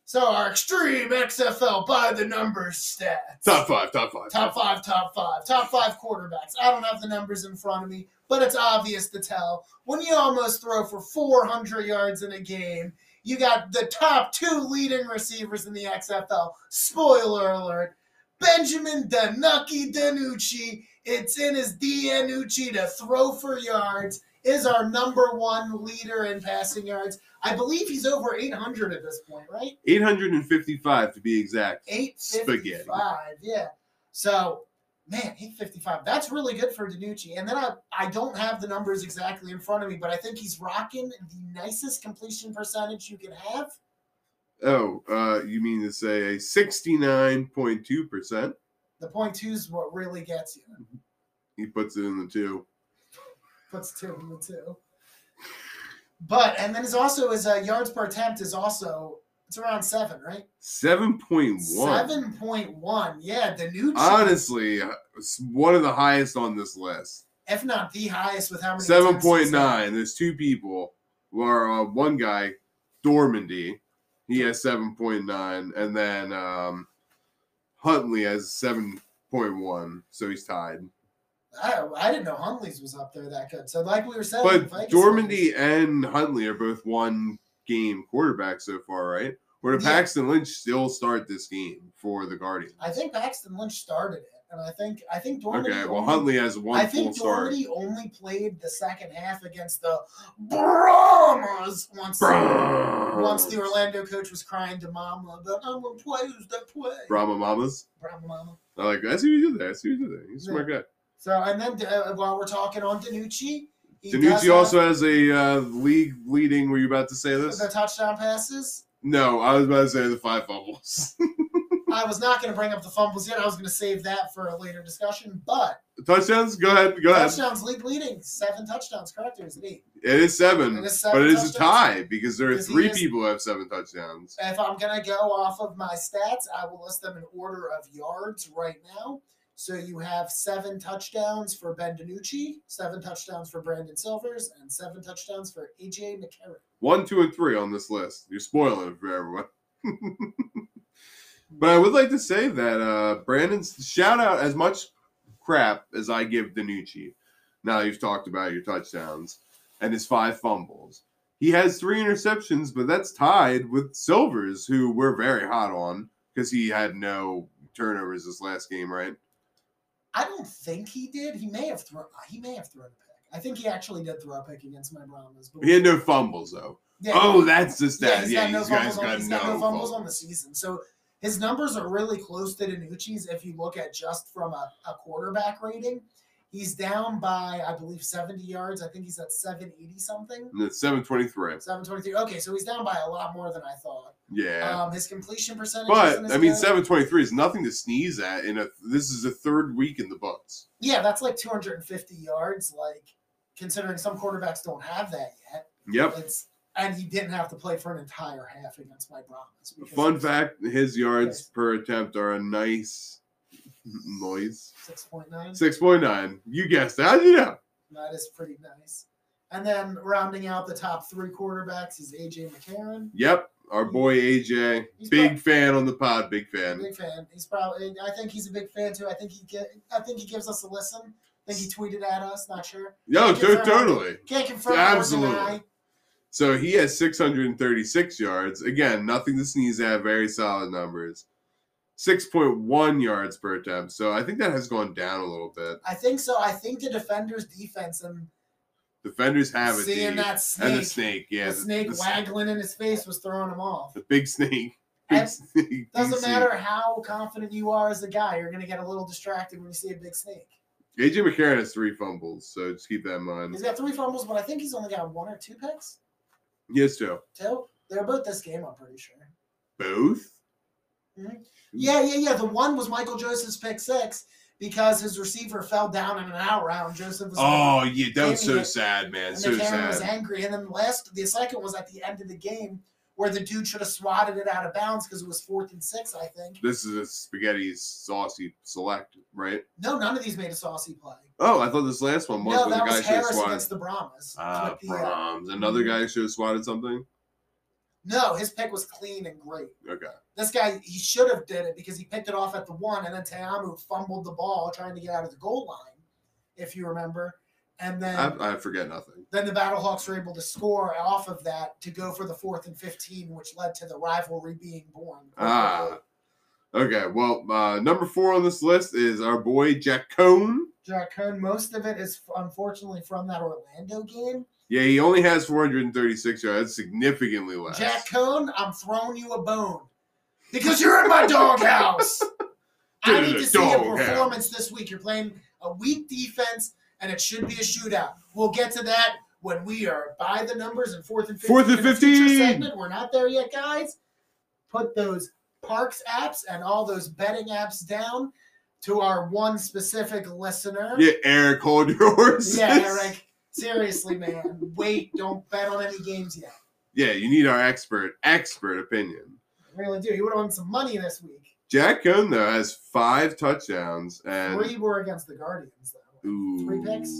S2: so our extreme XFL by the numbers stats.
S1: Top five, top five.
S2: Top five, top five, top five quarterbacks. I don't have the numbers in front of me, but it's obvious to tell. When you almost throw for 400 yards in a game, you got the top two leading receivers in the XFL. Spoiler alert Benjamin Danucci Danucci. It's in his Danucci to throw for yards, is our number one leader in passing yards. I believe he's over 800 at this point, right?
S1: 855 to be exact.
S2: eight
S1: Spaghetti.
S2: fifty-five. Yeah. So, man, eight fifty-five. That's really good for Danucci. And then I, I don't have the numbers exactly in front of me, but I think he's rocking the nicest completion percentage you can have.
S1: Oh, uh, you mean to say a 69.2%?
S2: The point two is what really gets you.
S1: He puts it in the two.
S2: Puts two in the two. But and then is also his uh, yards per attempt is also it's around seven, right?
S1: 7.1.
S2: Seven point one. Yeah, Danucci,
S1: Honestly, uh, it's one of the highest on this list.
S2: if not the highest, with how many?
S1: Seven
S2: attempts he's
S1: point
S2: had.
S1: nine. There's two people. Or uh, one guy, Dormandy, he has seven point nine, and then um, Huntley has seven point one. So he's tied.
S2: I, I didn't know Hunley's was up there that good. So like we were saying,
S1: But
S2: Vikings-
S1: Dormandy and Huntley are both one game quarterbacks so far, right? Or did
S2: Yeah.
S1: Paxton Lynch still start this game for the Guardians?
S2: I think Paxton Lynch started it, and I think I think Dormady.
S1: Okay, well
S2: only-
S1: Huntley has one
S2: I
S1: full
S2: think
S1: start.
S2: Dormady only played the second half against the Brahmas once. Once the Orlando coach was crying to Mama that I'm gonna play who's that play
S1: Brahma Mamas.
S2: Brahma Mama.
S1: I like I see what you did there. I see what you did there. He's a smart guy.
S2: So and then uh, while we're talking on Danucci, he does
S1: Danucci
S2: have
S1: also has a uh, league leading. Were you about to say this?
S2: the touchdown passes.
S1: No, I was about to say the five fumbles. <laughs>
S2: I was not gonna bring up the fumbles yet. I was gonna save that for a later discussion, but.
S1: Touchdowns? Go ahead. Go ahead.
S2: touchdowns league leading seven touchdowns correct or is it eight
S1: It is seven,
S2: It is seven
S1: but it is a
S2: touchdowns.
S1: tie because there are
S2: Because he
S1: three
S2: is-
S1: people who have seven touchdowns.
S2: if i'm gonna go off of my stats i will list them in order of yards right now So you have seven touchdowns for Ben DiNucci, seven touchdowns for Brandon Silvers, and seven touchdowns for AJ McCarron.
S1: One, two, and three on this list. You're spoiling it for everyone. <laughs> but I would like to say that uh, Brandon's shout out as much crap as I give Danucci. Now you've talked about your touchdowns and his five fumbles. He has three interceptions, but that's tied with Silvers, who we're very hot on because he had no turnovers this last game, right?
S2: I don't think he did. He may have thrown. He may have thrown a pick. I think he actually did throw a pick against my Brahmas. But
S1: He had no fumbles though.
S2: yeah,
S1: Oh, that's the
S2: yeah,
S1: stat.
S2: he's
S1: Yeah,
S2: got no
S1: these guys
S2: fumbles, on,
S1: got
S2: he's
S1: no
S2: got no fumbles
S1: fumbles.
S2: on the season. So his numbers are really close to Danucci's if you look at just from a, a quarterback rating. He's down by, I believe, 70 yards. I think he's at 780 something.
S1: And it's 723.
S2: 723. Okay, so he's down by a lot more than I thought.
S1: Yeah.
S2: Um, his completion percentage. isn't
S1: but
S2: as
S1: I mean
S2: good.
S1: 723 is nothing to sneeze at in a this is the third week in the books.
S2: yeah, that's like 250 yards. Like considering some quarterbacks don't have that yet.
S1: Yep.
S2: It's and he didn't have to play for an entire half against my Brahmas. because it
S1: Fun
S2: was
S1: fact, his yards
S2: Yes.
S1: per attempt are a nice noise.
S2: 6.9.
S1: 6.9. You guessed it. How'd you know?
S2: That is pretty nice. And then rounding out the top three quarterbacks is AJ McCarron.
S1: Yep. Our boy AJ.
S2: He's
S1: Big fan on the pod, big
S2: prob-
S1: fan.
S2: big fan. He's probably. I think he's a big fan too. I think he get, I think he gives us a listen. I think he tweeted at us. Not sure.
S1: No,
S2: Big fan.
S1: to- totally.
S2: Can't confirm.
S1: Absolutely.
S2: Absolutely.
S1: So he has 636 yards. Again, nothing to sneeze at. Very solid numbers. 6.1 yards per attempt. So I think that has gone down a little bit.
S2: I think so. I think the defenders' defense and
S1: Defenders have it.
S2: seeing
S1: D.
S2: that snake,
S1: and the snake. Yeah.
S2: the snake
S1: the,
S2: waggling in his face was throwing him off.
S1: the big
S2: <laughs>
S1: snake. Big
S2: And
S1: snake,
S2: Doesn't
S1: DC.
S2: matter how confident you are as a guy, you're gonna get a little distracted when you see a big snake.
S1: AJ McCarron has three fumbles, so just keep that in
S2: He's
S1: mind.
S2: got three fumbles, but I think he's only got one or two picks.
S1: Yes, Joe.
S2: Two. They're both this game, I'm pretty sure.
S1: Hmm. Both?
S2: Yeah, yeah, yeah. The one was Michael Joseph's pick six because his receiver fell down in an out round. Joseph was
S1: Oh, yeah. That was
S2: Damn
S1: so
S2: it.
S1: sad, man.
S2: and
S1: So
S2: the Karen was
S1: sad.
S2: angry. And then the last, the second was at the end of the game where the dude should have swatted it out of bounds because it was fourth and six, I think.
S1: This is a spaghetti saucy select, right?
S2: No, none of these made a saucy play.
S1: Oh, I thought this last one was
S2: no,
S1: but the guy
S2: that was
S1: should have
S2: Harris
S1: swatted.
S2: against the Brahmas.
S1: Ah,
S2: With the, uh, mm-hmm.
S1: Brahms. Another guy should have swatted something.
S2: no, his pick was clean and great.
S1: Okay.
S2: This guy, he should have did it because he picked it off at the one, and then Teamu fumbled the ball trying to get out of the goal line, if you remember. And then
S1: I, I forget nothing.
S2: then the Battlehawks were able to score off of that to go for the fourth and 15, which led to the rivalry being born.
S1: Ah. Okay. Well, uh, number four on this list is our boy Jack Cohn.
S2: Jack Cohn, most of it is unfortunately from that Orlando game.
S1: Yeah, he only has 436 yards. That's significantly less.
S2: Jack Cohn, I'm throwing you a bone because you're in my
S1: <laughs>
S2: doghouse. I
S1: Get in
S2: need
S1: the
S2: to see a
S1: doghouse.
S2: performance this week. You're playing a weak defense, and it should be a shootout. We'll get to that when we are by the numbers and fourth and 15.
S1: Fourth and
S2: in a future
S1: 15.
S2: Segment. We're not there yet, guys. Put those Parks apps and all those betting apps down to our one specific listener.
S1: Yeah, Eric, hold your <laughs> horses.
S2: Yeah, Eric. Seriously, man. Wait, don't bet on any games yet.
S1: Yeah, you need our expert, expert opinion.
S2: I really do. You would have won some money this week.
S1: Jack Cohn, though, has five touchdowns and
S2: Three were against the Guardians, though.
S1: Ooh,
S2: three picks?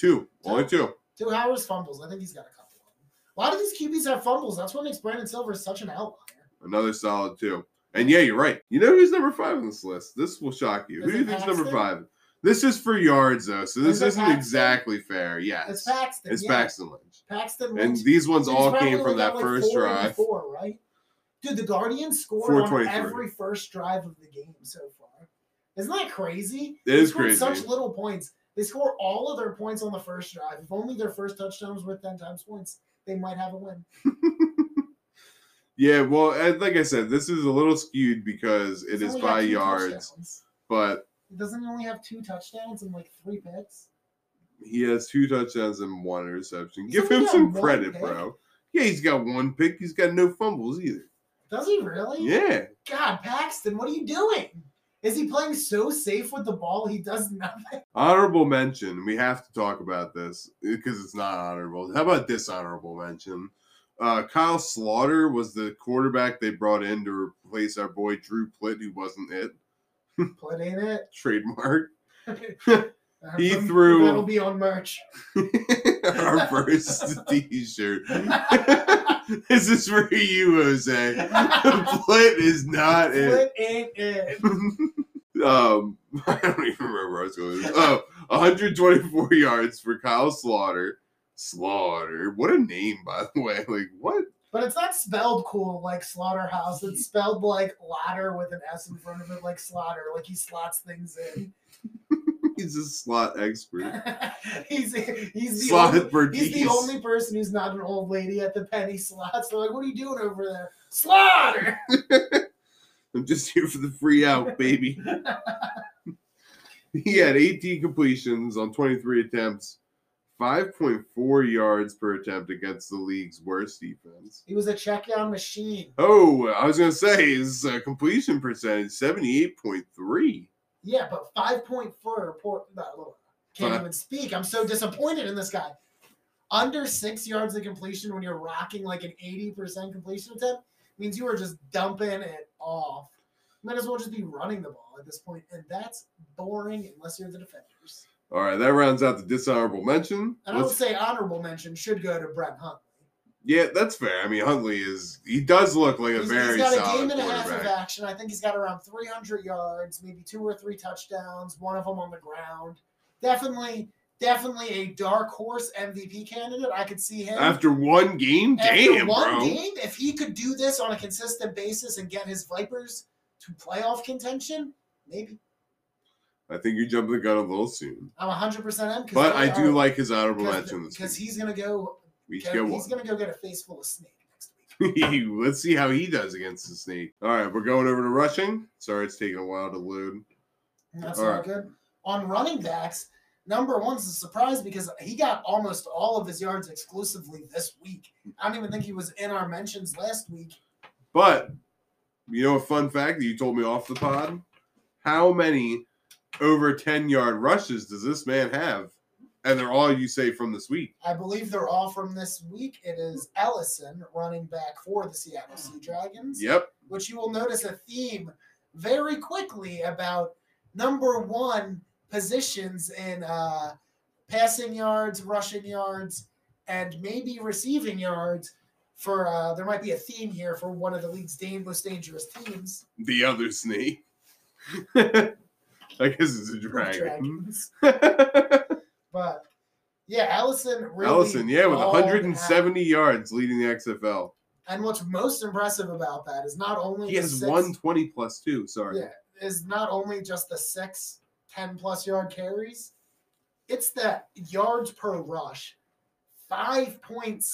S1: Two. Only two.
S2: Two Howard's fumbles. I think he's got a couple of them. A lot of these QBs have fumbles. That's what makes Brandon Silver such an outlier.
S1: Another solid two. And yeah, you're right. You know who's number five on this list? This will shock you.
S2: Is
S1: Who do
S2: it
S1: you think's number
S2: Paxton?
S1: five? This is for yards, though, so this
S2: Is it
S1: isn't
S2: Paxton?
S1: exactly fair. Yes.
S2: It's Paxton.
S1: It's
S2: yeah.
S1: Paxton Lynch.
S2: Paxton
S1: And
S2: Lynch.
S1: these ones
S2: Dude's
S1: all
S2: probably
S1: came from
S2: only got
S1: that
S2: like
S1: first
S2: four and
S1: drive.
S2: Four, right? Dude, the Guardians scored on
S1: 423.
S2: every first drive of the game so far. Isn't that crazy?
S1: It is
S2: they scored
S1: crazy.
S2: Such little points. They score all of their points on the first drive. If only their first touchdown was worth ten times points, they might have a win.
S1: Yeah, well, and like I said, this is a little skewed because it
S2: He's
S1: is
S2: only got
S1: by
S2: two
S1: yards,
S2: touchdowns.
S1: but
S2: Doesn't he only have two touchdowns and like three picks?
S1: he has two touchdowns and one interception.
S2: He's
S1: Give
S2: only
S1: him
S2: got
S1: some
S2: one
S1: credit,
S2: pick?
S1: bro. Yeah, he's got one pick. He's got no fumbles either.
S2: Does he really?
S1: Yeah.
S2: God, Paxton, what are you doing? Is he playing so safe with the ball? He does <laughs> nothing.
S1: Honorable mention. We have to talk about this because it's not honorable. How about dishonorable mention? Uh, Kyle Slaughter was the quarterback they brought in to replace our boy Drew Plitt, who wasn't it. <laughs>
S2: But ain't it?
S1: trademark. <laughs> He
S2: Um,
S1: threw-
S2: <laughs> That'll be
S1: <laughs>
S2: on merch.
S1: Our
S2: <laughs>
S1: first T-shirt. <laughs> this is for you, Jose. Blit is not it.
S2: Flint ain't it.
S1: um, <laughs> I don't even remember where I was going. with this. Oh, 124 yards for Kyle Slaughter. Slaughter. What a name, by the way. Like what? <laughs>
S2: But it's not spelled cool like slaughterhouse. It's spelled like ladder with an S in front of it, like slaughter, like he slots things in. <laughs>
S1: He's a slot expert.
S2: he's he's the
S1: Slot
S2: only,
S1: expertise.
S2: he's the only person who's not an old lady at the penny slots. They're like, what are you doing over there? Slaughter.
S1: I'm just here for the free out,
S2: <laughs>
S1: baby. he had 18 completions on 23 attempts, 5.4 yards per attempt against the league's worst defense.
S2: He was a check down machine.
S1: Oh, I was gonna say his uh, completion percentage 78.3.
S2: Yeah, but five point four report. No, can't
S1: Five.
S2: even speak. I'm so disappointed in this guy. Under six yards of completion when you're rocking like an eighty percent completion attempt means you are just dumping it off. Might as well just be running the ball at this point, and that's boring unless you're the defenders.
S1: All right, that rounds out the dishonorable mention.
S2: And I would
S1: Let's-
S2: say honorable mention should go to Brett Huntley.
S1: yeah, that's fair. I mean, Huntley is he does look like a
S2: He's-
S1: very
S2: he's got a
S1: solid
S2: game and a half of
S1: quarterback.
S2: action. I think he's got around 300 yards, maybe two or three touchdowns, one of them on the ground. Definitely, definitely a dark horse MVP candidate. I could see him
S1: After one game,
S2: After
S1: damn,
S2: one
S1: bro.
S2: game. If he could do this on a consistent basis and get his Vipers to playoff contention, maybe
S1: I think you jumped the gun a little soon,
S2: I'm 100 percent in. 'cause
S1: but
S2: they
S1: I do
S2: are-
S1: like his honorable mention this
S2: because
S1: week.
S2: he's gonna go.
S1: We
S2: get-
S1: should get one.
S2: he's gonna go get a face full of snake next week.
S1: <laughs> Let's see how he does against the snake. All right, we're going over to rushing. Sorry, it's taking a while to load.
S2: That's
S1: All
S2: not
S1: right.
S2: good. On running backs, number one's a surprise because he got almost all of his yards exclusively this week. I don't even think he was in our mentions last week.
S1: But you know a fun fact that you told me off the pod? How many over 10 yard rushes does this man have? And they're all you say from this week.
S2: I believe they're all from this week. It is Ellison, running back for the Seattle Sea Dragons,
S1: Yep.
S2: which you will notice a theme very quickly about number one positions in uh, passing yards, rushing yards, and maybe receiving yards. For uh, there might be a theme here for one of the league's dang- most dangerous teams,
S1: The other snake. <laughs> I guess it's a
S2: the
S1: dragon.
S2: Dragons. But yeah, Allison really.
S1: Allison, yeah, with
S2: balled
S1: 170 yards leading the XFL.
S2: out. And what's most impressive about that is not only
S1: He
S2: the
S1: has
S2: six-
S1: 120 plus two. Sorry.
S2: Yeah. is not only just the six 10 plus yard carries, it's the yards per rush. 5.7.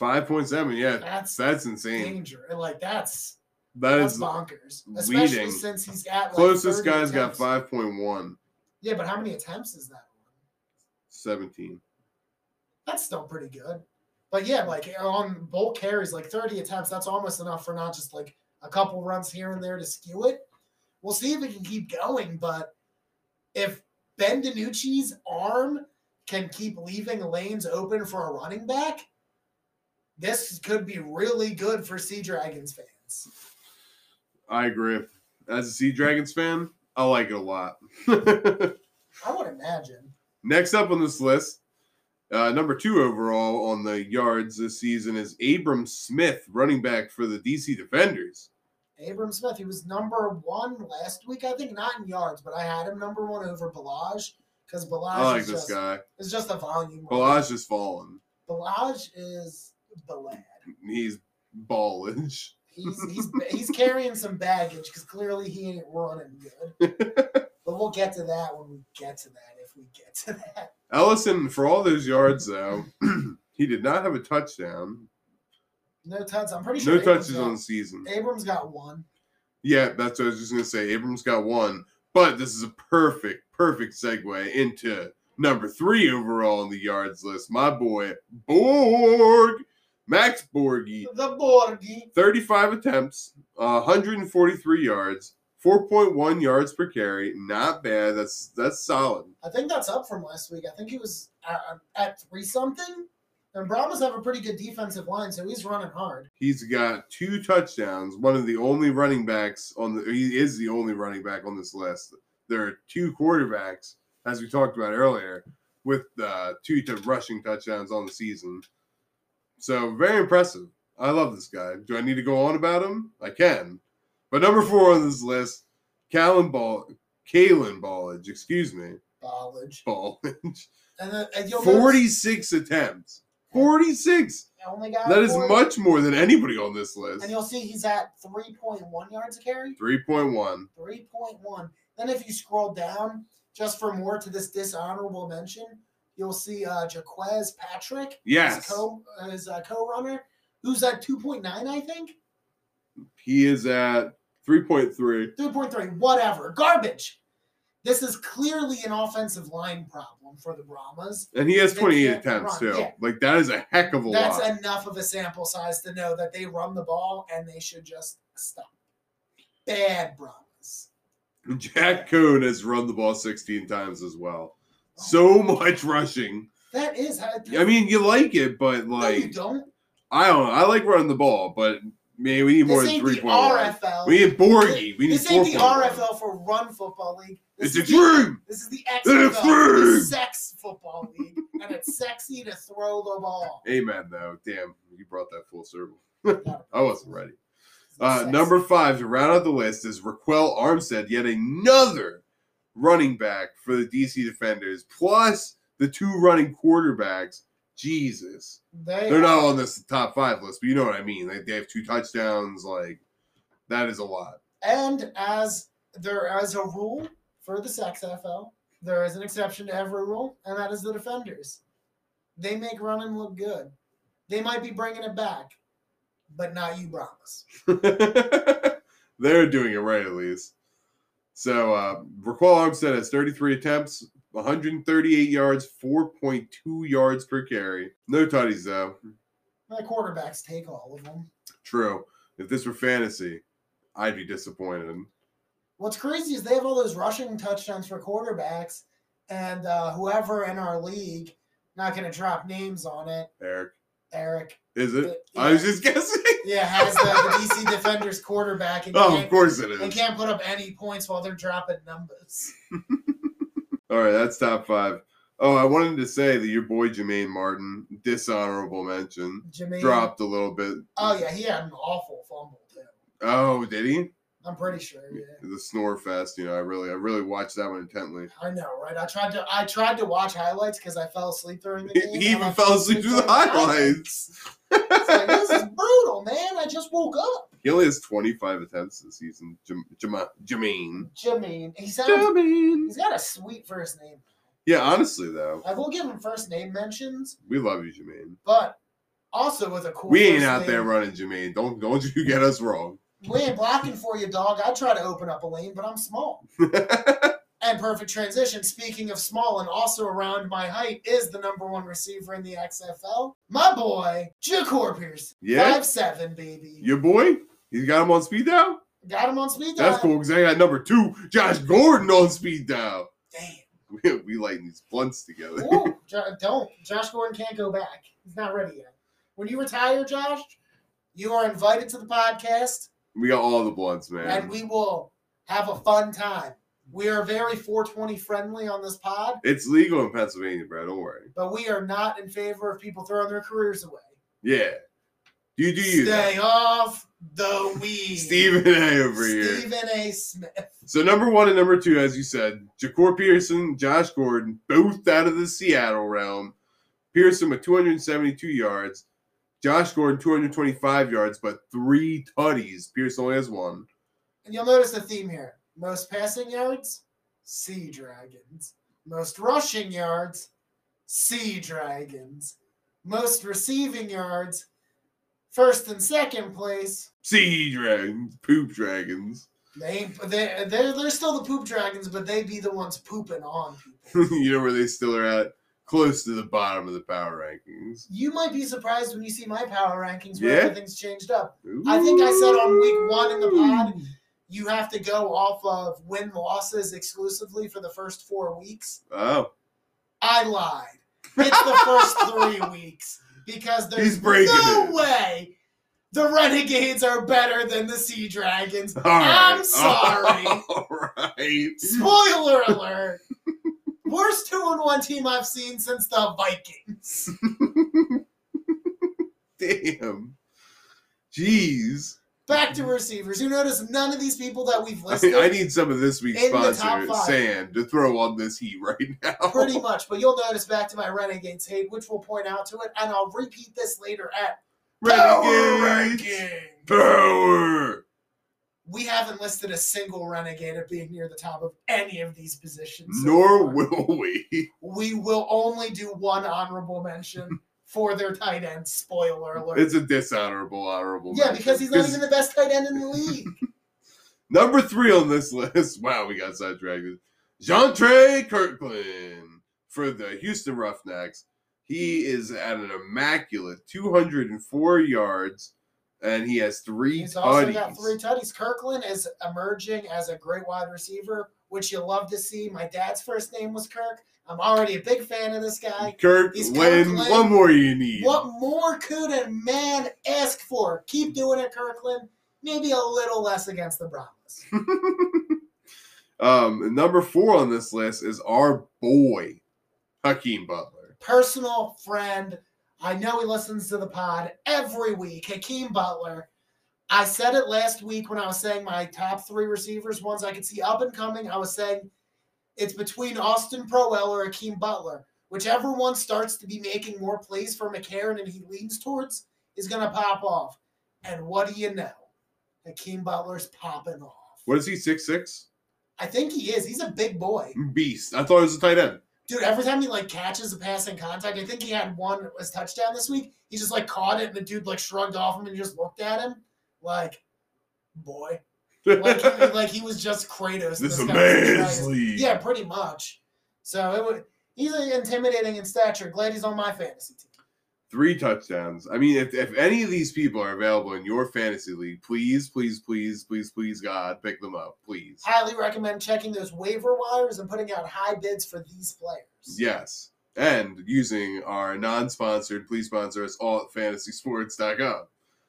S1: 5.7. Yeah.
S2: That's
S1: That's insane.
S2: danger. And like that's
S1: That
S2: that's
S1: is
S2: bonkers. Especially
S1: leading.
S2: since he's at like
S1: closest
S2: 30
S1: guy's got
S2: attempts.
S1: 5.1.
S2: Yeah, but how many attempts is that?
S1: 17.
S2: That's still pretty good. But yeah, like on bulk carries, like 30 attempts, that's almost enough for not just like a couple runs here and there to skew it. We'll see if it can keep going, but if Ben DiNucci's arm can keep leaving lanes open for a running back, this could be really good for Sea Dragons fans.
S1: I agree. As a Sea Dragons fan, I like it a lot. <laughs>
S2: I would imagine.
S1: Next up on this list, uh, number two overall on the yards this season is Abram Smith, running back for the DC Defenders.
S2: Abram Smith, he was number one last week, I think, not in yards, but I had him number one over Balaj because Balaj
S1: I like
S2: is
S1: this
S2: just
S1: guy.
S2: It's just a volume.
S1: Balaj is fallen.
S2: Balaj is Balad.
S1: He's ballage.
S2: He's he's he's carrying some baggage because clearly he ain't running
S1: <laughs>
S2: good. but we'll get to that when we get to that. If we get to that,
S1: Ellison, for all those yards, though, <clears throat> he did not have a touchdown.
S2: no touchdowns. I'm pretty sure
S1: No
S2: Abrams
S1: touches
S2: got-
S1: on the season.
S2: Abrams got one.
S1: Yeah, that's what I was just gonna say. Abrams got one, but this is a perfect, perfect segue into number three overall on the yards list. My boy Borg, Max Borgi,
S2: The Borgi.
S1: 35 attempts, uh, 143 yards, 4.1 yards per carry. Not bad. That's that's solid.
S2: I think that's up from last week. I think he was at, at three something. And Brahmas have a pretty good defensive line, so he's running hard.
S1: He's got two touchdowns. One of the only running backs on the he is the only running back on this list. There are two quarterbacks, as we talked about earlier, with uh, two to rushing touchdowns on the season. So very impressive. I love this guy. Do I need to go on about him? I can. But number four on this list, Callan Ball, Kalen Ballage, excuse me,
S2: Ballage.
S1: Ballage.
S2: And then and <laughs> you'll notice
S1: Forty-six attempts. Forty-six.
S2: he Only got
S1: That is
S2: four-
S1: much more than anybody on this list.
S2: And you'll see he's at 3.1 yards a carry.
S1: Three point one.
S2: 3.1. Then if you scroll down just for more to this dishonorable mention, you'll see uh, Jaquez Patrick, his
S1: Yes,
S2: co his uh, co-runner, who's at 2.9, I think,
S1: he is at three point three.
S2: 3.3, whatever, garbage. This is clearly an offensive line problem for the Brahmas.
S1: And he has
S2: They
S1: 28
S2: can't
S1: attempts,
S2: run,
S1: too.
S2: yeah.
S1: Like, that is a heck of a
S2: That's
S1: lot.
S2: enough of a sample size to know that they run the ball and they should just stop. Bad Brahmas.
S1: <laughs> Jack Cohn has run the ball 16 times as well.
S2: Oh.
S1: So much rushing.
S2: That is how.
S1: I mean, you like it, but,
S2: no, you
S1: like,
S2: don't.
S1: I don't know. I like running the ball, but, man, we need more
S2: this
S1: than
S2: ain't the
S1: 3.1.
S2: RFL.
S1: We need Borgie. We need
S2: this ain't the
S1: 4.1.
S2: RFL for Run Football League. This
S1: It's
S2: is the-
S1: extreme.
S2: This is the
S1: It's
S2: XFL,
S1: extreme.
S2: the Sex Football League, and it's sexy to throw
S1: <laughs>
S2: the ball.
S1: Amen, though. Damn, you brought that full circle. <laughs>
S2: Gotta-
S1: I wasn't ready. Uh,
S2: Sexy.
S1: number five to round out the list is Raquel Armstead, yet another running back for the DC Defenders, plus the two running quarterbacks. Jesus,
S2: They,
S1: they're not on this top five list, but you know what I mean. Like they have two touchdowns. Like that is a lot. <laughs>
S2: And as there as a rule for the Sex FL, there is an exception to every rule, and that is the defenders. They make running look good. They might be bringing it back, but not you, Brahmas.
S1: they're doing it right at least. So uh, Raquel Armstead has 33 attempts, 138 yards, 4.2 yards per carry. No tutties though.
S2: My quarterbacks take all of them.
S1: True. If this were fantasy, I'd be disappointed.
S2: What's crazy is they have all those rushing touchdowns for quarterbacks, and uh, whoever in our league, not going to drop names on it,
S1: Eric,
S2: Eric,
S1: is it?
S2: yeah,
S1: Uh, I was just <laughs> guessing.
S2: yeah, has the, the DC Defenders quarterback
S1: <laughs>
S2: and,
S1: Oh, of
S2: can't,
S1: course it
S2: and
S1: is.
S2: can't put up any points while they're dropping numbers. <laughs>
S1: All right, that's top five. Oh, I wanted to say that your boy Jermaine Martin, dishonorable mention,
S2: Jermaine,
S1: dropped a little bit.
S2: Oh yeah, he had an awful fumble too.
S1: Oh, did he?
S2: I'm pretty sure. Yeah,
S1: The snore fest. You know, I really, I really watched that one intently.
S2: I know, right? I tried to I tried to watch highlights because I fell asleep during the
S1: He,
S2: game.
S1: he
S2: and
S1: even
S2: I
S1: fell asleep through the
S2: during
S1: highlights.
S2: It's like, this is brutal, man. I just woke up.
S1: He only has 25 attempts this season. Jam- Jama- Jermaine.
S2: Jermaine, he sounds.
S1: Jermaine.
S2: He's got a sweet first name.
S1: Yeah, honestly though,
S2: I will give him first name mentions,
S1: we love you, Jermaine.
S2: but also with a cool.
S1: We ain't
S2: first
S1: out there
S2: name.
S1: running, Jermaine. Don't don't you get us wrong.
S2: We ain't blocking for you, dog. I try to open up a lane, but
S1: <laughs>
S2: I'm small. and perfect transition. Speaking of small and also around my height, is the number one receiver in the XFL. My boy, Jacor Pierce.
S1: Yeah.
S2: Five seven, baby.
S1: Your boy, he's got him on speed dial.
S2: Got him on speed dial.
S1: That's cool because I got number two, Josh Gordon, on speed dial. <laughs>
S2: Damn.
S1: We, we lighting these blunts together. <laughs>
S2: Ooh, Jo- don't. Josh Gordon can't go back. He's not ready yet. When you retire, Josh, you are invited to the podcast.
S1: We got all the blunts, man.
S2: and we will have a fun time. We are very 420 friendly on this pod,
S1: it's legal in Pennsylvania, bro. Don't worry.
S2: but we are not in favor of people throwing their careers away.
S1: Yeah. You do you.
S2: Stay off the weed.
S1: Stephen A over here.
S2: Stephen A. Smith.
S1: So number one and number two, as you said, Jacor Pearson, Josh Gordon, both out of the Seattle realm. Pearson with 272 yards, Josh Gordon 225 yards, but three tutties. Pearson only has one.
S2: And you'll notice the theme here. Most passing yards, Sea Dragons. Most rushing yards, Sea Dragons. Most receiving yards, first and second place,
S1: Sea dragons, poop dragons. <laughs>
S2: They ain't, they they're, they're still the poop dragons, but they be the ones pooping on people.
S1: you know where they still are at? Close to the bottom of the power rankings.
S2: you might be surprised when you see my power rankings where
S1: Yeah?
S2: everything's changed up. I think I said on week one in the pod, you have to go off of win losses exclusively for the first four weeks.
S1: Oh, <laughs>
S2: I lied. It's the first three weeks. because there's
S1: He's breaking
S2: no
S1: it.
S2: way the Renegades are better than the
S1: <laughs>
S2: Sea Dragons.
S1: Oh, All right.
S2: I'm sorry.
S1: All right.
S2: Spoiler alert! Worst two and one team I've seen since the Vikings.
S1: Damn. Jeez.
S2: Back to receivers. You notice none of these people that we've
S1: I,
S2: listed
S1: I need some of this week's
S2: In the top
S1: sponsor,
S2: five.
S1: Sand, to throw on this heat right now.
S2: pretty much, but you'll notice back to my Renegades hate, which we'll point out to it, and I'll repeat this later at <laughs> Power
S1: Renegades.
S2: Ranking.
S1: Power.
S2: We haven't listed a single Renegade at being near the top of any of these positions. so
S1: Nor
S2: far.
S1: will
S2: <laughs>
S1: we.
S2: we will only do one honorable
S1: <laughs>
S2: mention for their tight end. Spoiler alert.
S1: It's a dishonorable, honorable.
S2: yeah,
S1: mention.
S2: because he's not even the best tight end in
S1: <laughs>
S2: the league.
S1: Number three on this <laughs> list. Wow, we got sidetracked. Jean-Trey Kirkland for the Houston Roughnecks. He is at an immaculate 204 yards, and he has three
S2: He's also
S1: tutties.
S2: got three tutties. Kirkland is emerging as a great wide receiver, which you love to see. My dad's first name was Kirk. I'm already a big fan of this guy.
S1: Kirk,
S2: He's
S1: when
S2: Kirkland.
S1: what more you need?
S2: What more could a man ask for? Keep doing it, Kirkland. Maybe a little less against the Broncos.
S1: Um, number four on this list is our boy, Hakeem Butler.
S2: Personal friend. I know he listens to the pod every week. Hakeem Butler. I said it last week when I was saying my top three receivers, ones I could see up and coming. I was saying it's between Austin Proel or Akeem Butler. Whichever one starts to be making more plays for McCarron and he leans towards is going to pop off. And what do you know? Akeem Butler's popping off.
S1: What is he? Six six
S2: I think he is. He's a big boy.
S1: beast. I thought he was a tight end.
S2: Dude, every time he like catches a passing contact, I think he had one as touchdown this week. He just like caught it and the dude like shrugged off him and just looked at him like, boy. Like, he- <laughs> like he was just Kratos.
S1: <laughs> this is a
S2: guy was Kratos.
S1: man's league.
S2: Yeah, pretty much. So it would, he's intimidating in stature. Glad he's on my fantasy team.
S1: three touchdowns. I mean, if, if any of these people are available in your fantasy league, please, please, please, please, please, God, pick them up, please.
S2: Highly recommend checking those waiver wires and putting out high bids for these players.
S1: Yes. And using our non sponsored, please sponsor us all at fantasysports.com.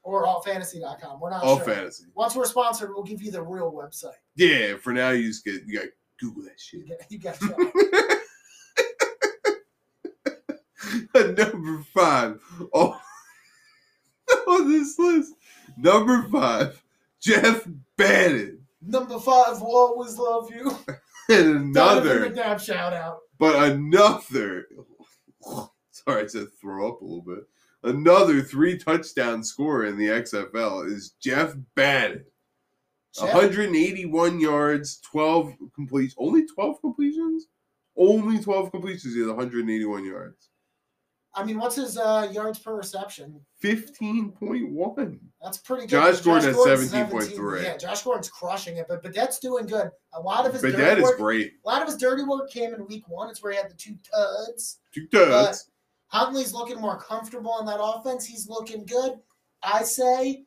S2: Or allfantasy.com. We're not
S1: All
S2: sure.
S1: fantasy.
S2: Once we're sponsored, we'll give you the real website.
S1: Yeah, for now, you just get, you got Google that
S2: You
S1: shit. <laughs>
S2: get, you get that.
S1: Number five. Oh, <laughs> on this list. Number five, Jeff Bannon.
S2: <laughs>
S1: <laughs>
S2: Number five, will always love you.
S1: And
S2: Another
S1: another.
S2: McNabb shout out.
S1: but another <laughs> sorry to throw up a little bit another three touchdown scorer in the xfl is jeff bannon
S2: Jeff-
S1: 181 yards 12 completions only 12 completions only 12 completions he had 181 yards
S2: I mean, what's his uh, yards per reception?
S1: 15.1
S2: That's pretty good.
S1: Josh Gordon has
S2: Gordon's
S1: 17.3.
S2: Yeah, Josh Gordon's crushing it, but Bidette's doing good. A lot of his
S1: but
S2: dirty
S1: that is
S2: work-
S1: great
S2: A lot of his dirty work came in week one. It's where he had the two tuds.
S1: two tuds
S2: Huntley's looking more comfortable in that offense. He's looking good. I say,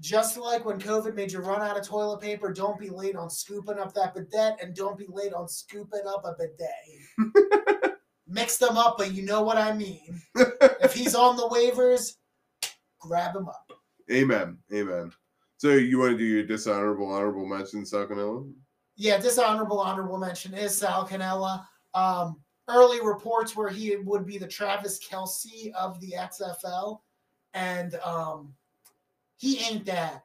S2: just like when COVID made you run out of toilet paper, don't be late on scooping up that bidet and don't be late on scooping up a bidet. Mix them up, but you know what I mean. if he's on the waivers, grab him up.
S1: amen amen so you want to do your dishonorable honorable mention Salcanello?
S2: Yeah, dishonorable honorable mention is Sal Canella. Um, early reports where he would be the Travis Kelsey of the XFL, and um, he ain't that.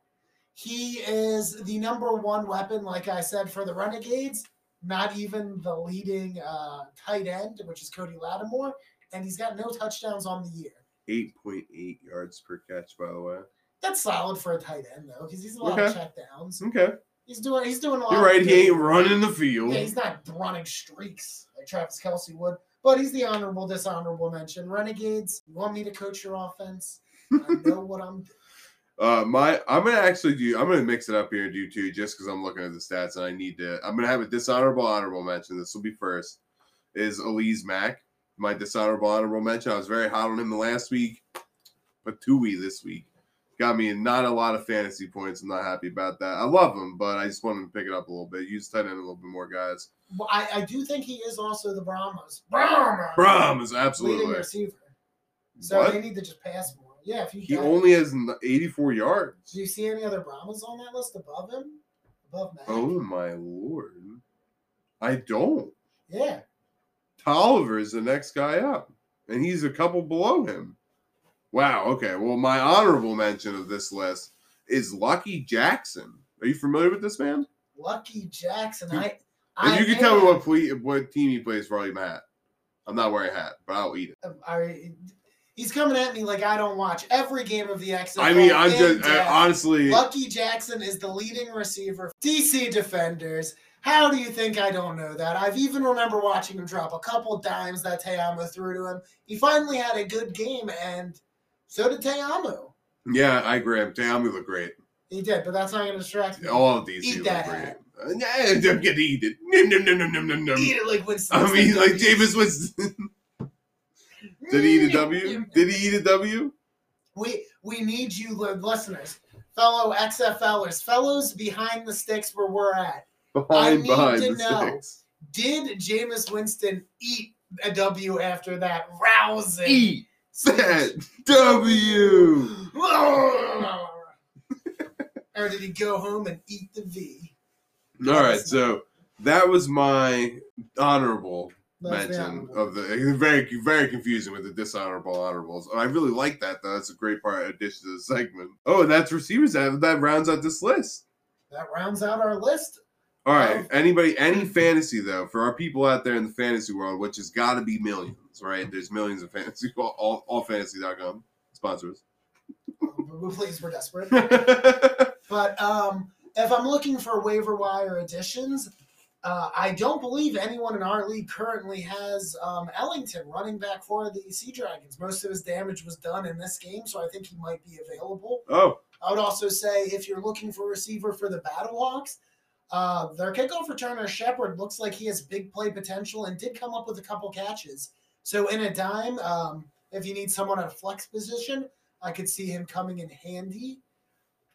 S2: He is the number one weapon, like I said, for the Renegades. Not even the leading uh, tight end, which is Cody Lattimore, and he's got no touchdowns on the year.
S1: 8.8 yards per catch by the way
S2: That's solid for a tight end though, because he's a lot of checkdowns.
S1: okay
S2: He's doing he's doing a lot.
S1: You're
S2: of
S1: right. He ain't
S2: good.
S1: running the field.
S2: Yeah, he's not running streaks like Travis Kelsey would, but he's the honorable, dishonorable mention. Renegades, you want me to coach your offense?
S1: <laughs>
S2: I know what I'm doing.
S1: Uh, my, I'm gonna actually do. I'm gonna mix it up here and do two, just because I'm looking at the stats and I need to. I'm gonna have a dishonorable, honorable mention. This will be first. Is Elise Mack my dishonorable, honorable mention? I was very hot on him last week, but Tui this week got me not a lot of fantasy points. I'm not happy about that. I love him, but I just wanted to pick it up a little bit. Use tight end a little bit more, guys.
S2: Well, I, I do think he is also the Brahmas. Brahma!
S1: Brahms,
S2: leading
S1: absolutely.
S2: receiver. So
S1: What?
S2: they need to just pass more. Yeah, if you
S1: He
S2: got-
S1: only has n- 84 yards.
S2: do you see any other Brahmas on that list above him? Above Mac?
S1: Oh my lord. I don't.
S2: Yeah.
S1: Tolliver is the next guy up, and he's a couple below him. Wow. Okay. Well, my honorable mention of this list is Lucky Jackson. Are you familiar with this man?
S2: Lucky Jackson.
S1: You-
S2: I,
S1: And
S2: I
S1: you can tell me
S2: am-
S1: what ple- what team he plays for. I'm at. I'm not wearing a hat, but I'll eat it.
S2: I, he's coming at me like I don't watch every game of the XFL.
S1: I mean, I'm
S2: in
S1: just I,
S2: depth.
S1: honestly.
S2: Lucky Jackson is the leading receiver. for DC Defenders. How do you think I don't know that? I've even remember watching him drop a couple dimes that Teamo threw to him. He finally had a good game, and so did Teamo.
S1: Yeah, I agree. Damn, we look great.
S2: He did, but that's not going to distract me.
S1: All of these
S2: Eat
S1: look
S2: that
S1: great.
S2: hat.
S1: Uh, nah, <laughs> I'm gonna eat it. Nom, nom, nom, nom, nom, nom, nom.
S2: Eat it like Winston.
S1: I
S2: said, <laughs>
S1: mean, like
S2: W.
S1: Davis was. Did he eat a W? Did he eat a W?
S2: Mm. We we need you, li- listeners, fellow XFLers, fellows behind the sticks where we're at.
S1: Behind,
S2: need
S1: behind
S2: to
S1: the
S2: know.
S1: sticks.
S2: Did Jameis Winston eat a W after that rousing?
S1: Eat that W.
S2: or did he go home and eat the V?
S1: All right, so that was my honorable mention of the it's very very confusing with the dishonorable honorables. And I really like that though. That's a great part addition to the segment. Oh, and that's receivers that that rounds out this list.
S2: that rounds out our list.
S1: All
S2: Oh.
S1: right, anybody any fantasy though for our people out there in the fantasy world, which has got to be millions, right? There's millions of fantasy <laughs> all, all, all fantasy.com sponsors.
S2: Um, Please, we're desperate.
S1: yeah,
S2: But um, if I'm looking for waiver wire additions, uh, I don't believe anyone in our league currently has um, Ellington running back for the Sea Dragons. Most of his damage was done in this game, so I think he might be available.
S1: <laughs> Oh.
S2: I would also say if you're looking for a receiver for the Battlehawks, uh, their kickoff returner Shepard looks like he has big play potential and did come up with a couple catches. So in a dime, um, if you need someone at a flex position, I could see him coming in handy.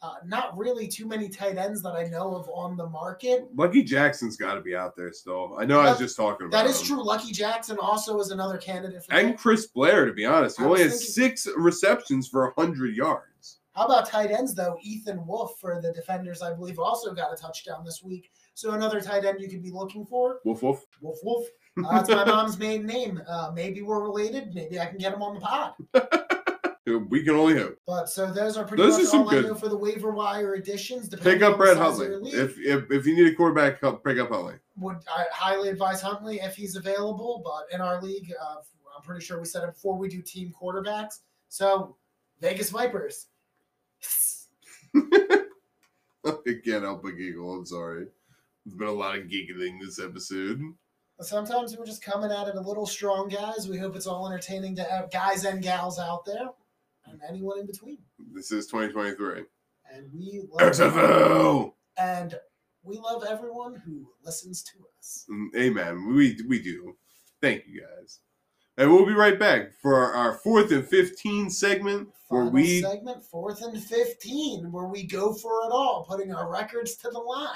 S2: Uh, not really too many tight ends that I know of on the market.
S1: Lucky Jackson's got to be out there still. I know I was just talking about
S2: That is
S1: him.
S2: true. Lucky Jackson also is another candidate for
S1: and
S2: that.
S1: Chris Blair, to be honest. He
S2: I
S1: only
S2: was
S1: has six receptions for 100 yards.
S2: How about tight ends though? Ethan Wolf for the defenders, I believe, also got a touchdown this week. So another tight end you could be looking for.
S1: Woof, woof.
S2: Wolf Wolf. Uh, that's my
S1: <laughs>
S2: mom's maiden name. Uh, maybe we're related. Maybe I can get him on the pod.
S1: We can only hope.
S2: But so those are pretty
S1: Those
S2: much
S1: are some
S2: all
S1: good-
S2: I know for the waiver wire additions.
S1: Pick
S2: depending
S1: up
S2: on
S1: Brett
S2: the size of
S1: Huntley.
S2: your league.
S1: If, if if you need a quarterback, help pick up <laughs> Huntley.
S2: would I highly advise Huntley if he's available. But in our league, uh, I'm pretty sure we said it before we do team quarterbacks. So Vegas Vipers. <laughs>
S1: Again, help a giggle. I'm sorry. There's been a lot of giggling this episode.
S2: Sometimes we're just coming at it a little strong, guys. We hope it's all entertaining to uh, guys and gals out there, and anyone in between.
S1: This is 2023.
S2: And we love
S1: XFL.
S2: and we love everyone who listens to us.
S1: Mm, Amen. We we do. Thank you guys. And we'll be right back for our, our fourth and 15 segment where
S2: Final
S1: we
S2: segment fourth and fifteen, where we go for it all, putting our records to the line.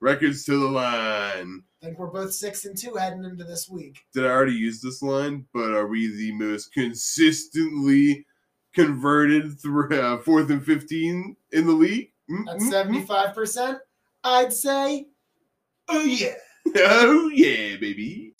S1: records to the line.
S2: I think we're both six and two heading into this week.
S1: did I already use this line? But are we the most consistently converted thr uh, fourth and fifteen in the league? Mm,
S2: At
S1: mm, mm.
S2: seventy-five percent, I'd say, oh yeah.
S1: <laughs> Oh yeah, baby.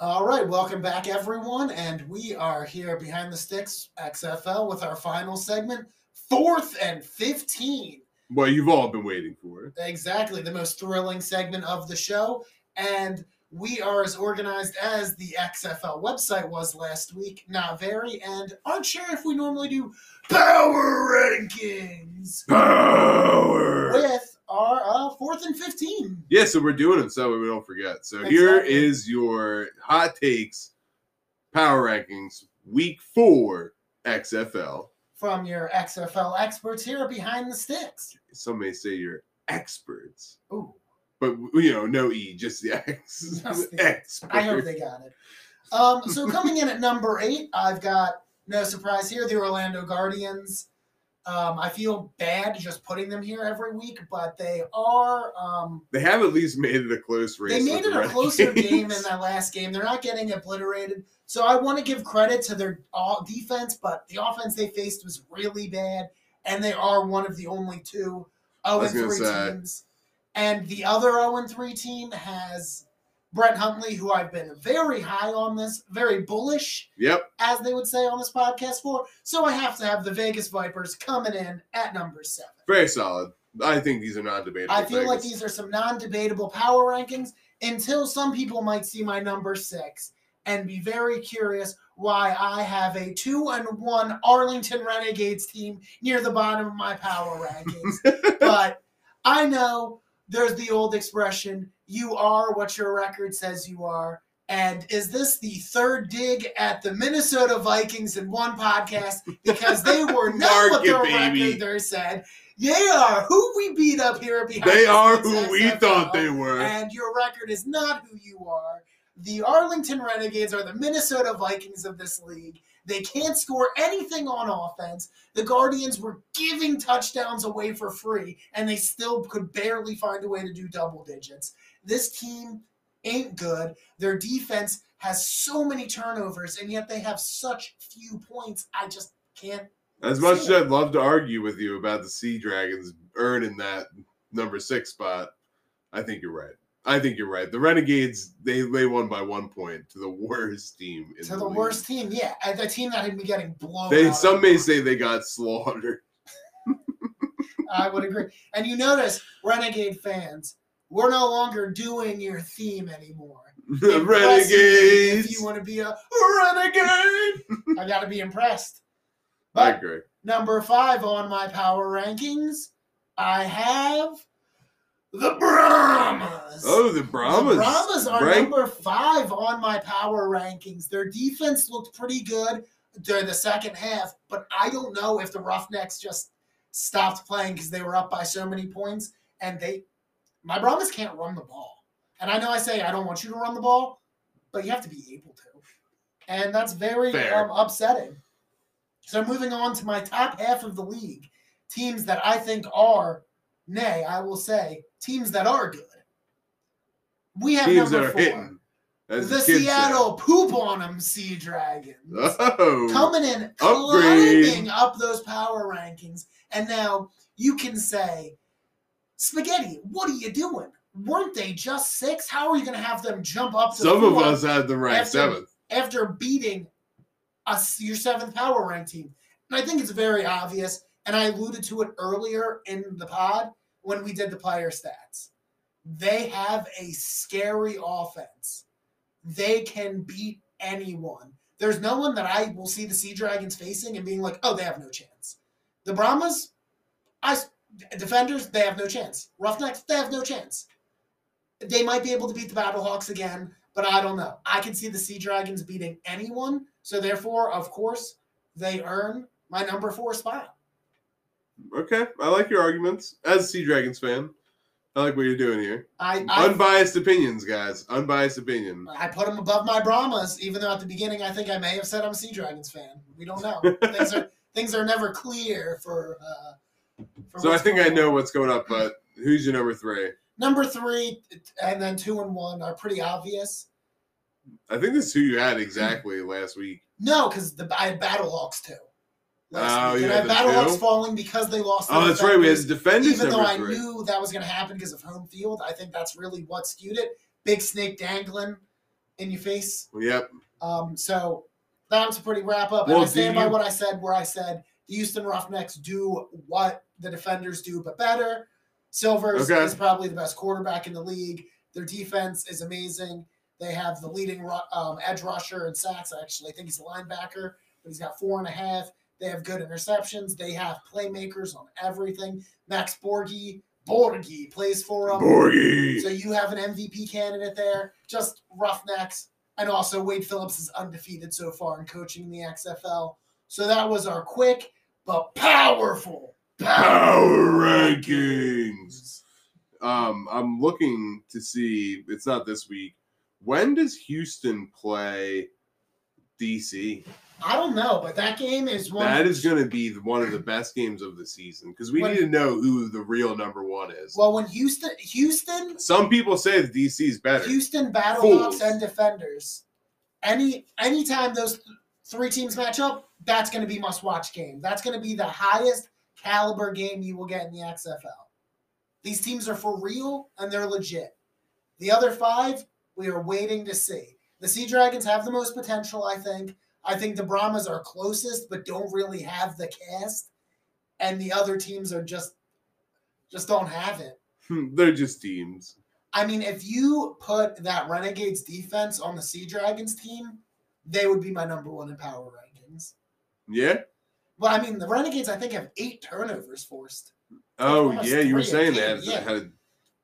S2: All right, welcome back, everyone, and we are here behind the sticks XFL with our final segment, fourth and fifteen.
S1: Well, you've all been waiting for it.
S2: Exactly, the most thrilling segment of the show. And we are as organized as the XFL website was last week. Not very, and aren't sure if we normally do power rankings
S1: Power.
S2: with our uh, fourth and 15.
S1: Yeah, so we're doing it so we don't forget. So here
S2: Exactly.
S1: is your hot takes, power rankings, week four XFL.
S2: From your XFL experts here at behind the sticks.
S1: Some may say you're experts.
S2: Ooh,
S1: but you know, no e, just the x.
S2: <laughs> Just
S1: <laughs>
S2: the
S1: x.
S2: I hope they got it. Um, so coming in at number eight, I've got no surprise here the Orlando Guardians. Um, I feel bad just putting them here every week, but they are. Um,
S1: They have at least made it a close race.
S2: they made
S1: with
S2: it
S1: the
S2: a closer
S1: Renegades. <laughs>
S2: game in that last game. They're not getting obliterated. So I want to give credit to their all defense, but the offense they faced was really bad, and they are one of the only two 0
S1: was gonna
S2: 3
S1: say.
S2: teams. And the other 0 3 team has Brett Huntley, who I've been very high on this, very bullish
S1: Yep.
S2: as they would say on this podcast for. So I have to have the Vegas Vipers coming in at number seven.
S1: Very solid. I think these are non-debatable.
S2: I feel like
S1: things.
S2: these are some non debatable power rankings until some people might see my number six and be very curious why I have a two and one Arlington Renegades team near the bottom of my
S1: <laughs>
S2: power rankings. but I know there's the old expression you are what your record says you are. And is this the third dig at the Minnesota Vikings in one podcast? Because
S1: <laughs>
S2: they were not
S1: Mark
S2: what
S1: it,
S2: their
S1: baby.
S2: record there said. They are who we beat up here at behind.
S1: They
S2: the
S1: are
S2: Scenes
S1: who we
S2: XFL,
S1: thought they were.
S2: And your record is not who you are. The Arlington Renegades are the Minnesota Vikings of this league. They can't score anything on offense. The Guardians were giving touchdowns away for free, and they still could barely find a way to do double digits. This team ain't good. Their defense has so many turnovers, and yet they have such few points. I just can't
S1: As much as I'd love to argue with you about the Sea Dragons earning that number six spot, I think you're right. I think you're right. The Renegades they they won by one point to the <laughs> worst team. In
S2: to
S1: the,
S2: the
S1: league.
S2: worst team. Yeah, and the team that had been getting blown.
S1: They
S2: out.
S1: some may say they got slaughtered. <laughs>
S2: I would agree. And you notice, Renegade fans, we're no longer doing your theme anymore.
S1: The
S2: Impressive If
S1: Renegades.
S2: you want to be a renegade, I got to be impressed.
S1: I
S2: But
S1: agree.
S2: number five on my power rankings, I have the Brahmas.
S1: Oh, the
S2: The
S1: Brahmas.
S2: Brahmas are
S1: ranked
S2: number five on my power rankings. Their defense looked pretty good during the second half, but I don't know if the Roughnecks just stopped playing because they were up by so many points. And they, my Brahmas can't run the ball. And I know I say I don't want you to run the ball, but you have to be able to. And that's very
S1: Fair.
S2: um, upsetting. So moving on to my top half of the league, teams that I think are, nay, I will say, teams that are good. We have
S1: teams that
S2: number
S1: are
S2: four,
S1: hitting. as
S2: the
S1: kids say.
S2: Seattle poop on them Sea Dragons
S1: <laughs> Oh,
S2: coming in,
S1: Upgrade.
S2: climbing up those power rankings. And now you can say, Spaghetti, what are you doing? Weren't they just six? How are you going to have them jump up to
S1: some of
S2: four
S1: us had them ranked
S2: after-
S1: seventh.
S2: after beating us your seventh power rank team? And I think it's very obvious. And I alluded to it earlier in the pod when we did the player stats. They have a scary offense. They can beat anyone. There's no one that I will see the Sea Dragons facing and being like, oh, they have no chance. The Brahmas, I s- defenders, they have no chance. Roughnecks, they have no chance. They might be able to beat the Battlehawks again, but I don't know. I can see the Sea Dragons beating anyone, so therefore, of course, they earn my number four spot.
S1: Okay, I like your arguments as a Sea Dragons fan. I like what you're doing here.
S2: I Uh, I,
S1: Unbiased opinions, guys. Unbiased opinion.
S2: I put them above my Brahmas, even though at the beginning I think I may have said I'm a Sea Dragons fan. We don't know.
S1: <laughs>
S2: things are things are never clear for. Uh, for
S1: So I
S2: what's
S1: think I
S2: going on.
S1: know what's going up, but who's your number three?
S2: number three and then two and one are pretty obvious.
S1: I think this is who you had exactly last
S2: <clears throat>
S1: week.
S2: No, because the I had Battlehawks too.
S1: Oh,
S2: week.
S1: you
S2: and I
S1: had
S2: had
S1: the
S2: Battlehawks
S1: two?
S2: falling because they lost.
S1: Oh,
S2: their
S1: that's right. We had
S2: defenders.
S1: the defenders
S2: even though
S1: number
S2: I
S1: three.
S2: knew that was going to happen because of home field, I think that's really what skewed it. Big snake dangling in your face.
S1: Yep.
S2: Um, so that was a pretty wrap up.
S1: Well,
S2: and I
S1: do
S2: stand by
S1: you-
S2: what I said, where I said the Houston Roughnecks do what the defenders do, but better. Silvers
S1: Okay.
S2: is probably the best quarterback in the league. Their defense is amazing. They have the leading ru- um, edge rusher in sacks. Actually, I think he's a linebacker, but he's got four and a half. They have good interceptions. They have playmakers on everything. Max Borgi, Borgi plays for them.
S1: Borgie.
S2: So you have an MVP candidate there, just Roughnecks, and also Wade Phillips is undefeated so far in coaching in the XFL. So that was our quick but powerful
S1: Power rankings. Um, I'm looking to see. It's not this week. When does Houston play DC?
S2: I don't know, but that game is one.
S1: That is going to be the- one of the best games of the season because we
S2: When-
S1: need to know who the real number one is.
S2: Well, when Houston, Houston,
S1: Some people say that DC is better.
S2: Houston battle
S1: Fools.
S2: Hawks and defenders. Any anytime those th- three teams match up, that's going to be must watch game. That's going to be the highest caliber game you will get in the XFL. These teams are for real and they're legit. The other five, we are waiting to see. The Sea Dragons have the most potential, I think. I think the Brahmas are closest, but don't really have the cast, and the other teams are just just don't have it.
S1: <laughs> They're just teams.
S2: I mean, if you put that Renegades defense on the Sea Dragons team, they would be my number one in power rankings.
S1: Yeah.
S2: Well, I mean, the Renegades, I think, have eight turnovers forced.
S1: Oh
S2: almost
S1: yeah, you were
S2: three a
S1: saying
S2: team,
S1: that.
S2: yeah.
S1: Had a,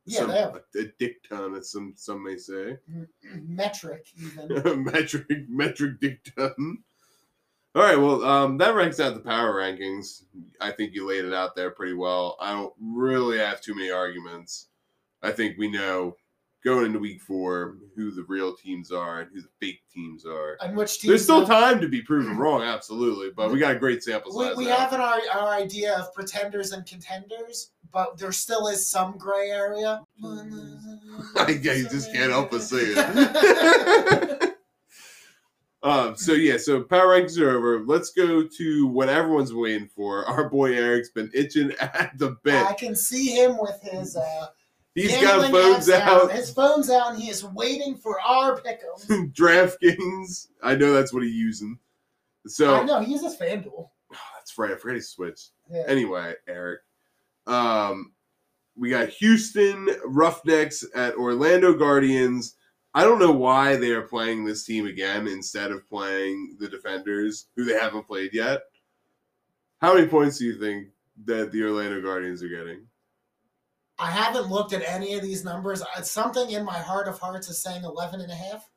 S2: Yeah,
S1: some,
S2: they have <clears throat>
S1: a, dick ton, as some some may say.
S2: metric
S1: <laughs>
S2: even.
S1: metric metric dick ton. All right, well, um, that ranks out the power rankings. I think you laid it out there pretty well. I don't really have too many arguments. I think we know going into week four who the real teams are and who the fake teams are.
S2: and which team?
S1: There's still time to be proven wrong, absolutely, but we got a great sample
S2: We,
S1: size.
S2: we
S1: now.
S2: have an, our, our idea of pretenders and contenders, but there still is some gray area.
S1: <laughs> I guess you just can't help but say
S2: <laughs>
S1: it. <laughs> um, so yeah, so power rankings are over. Let's go to what everyone's waiting for. <laughs> Our boy Eric's been itching at the
S2: I
S1: bit.
S2: can see him with his. Uh,
S1: He's
S2: gambling
S1: got phones
S2: apps
S1: out, <laughs>
S2: His um, phone's out, and he is waiting for our pick'em.
S1: DraftKings. I know that's what he's using. <laughs> So
S2: I know he uses FanDuel.
S1: that's right. I forgot he switched.
S2: Yeah.
S1: Anyway, Eric. Um, we got Houston Roughnecks at Orlando Guardians. I don't know why they are playing this team again instead of playing the Defenders, who they haven't played yet. How many points do you think that the Orlando Guardians are getting?
S2: I haven't looked at any of these numbers. I- Something in my heart of hearts is saying 11 and a half,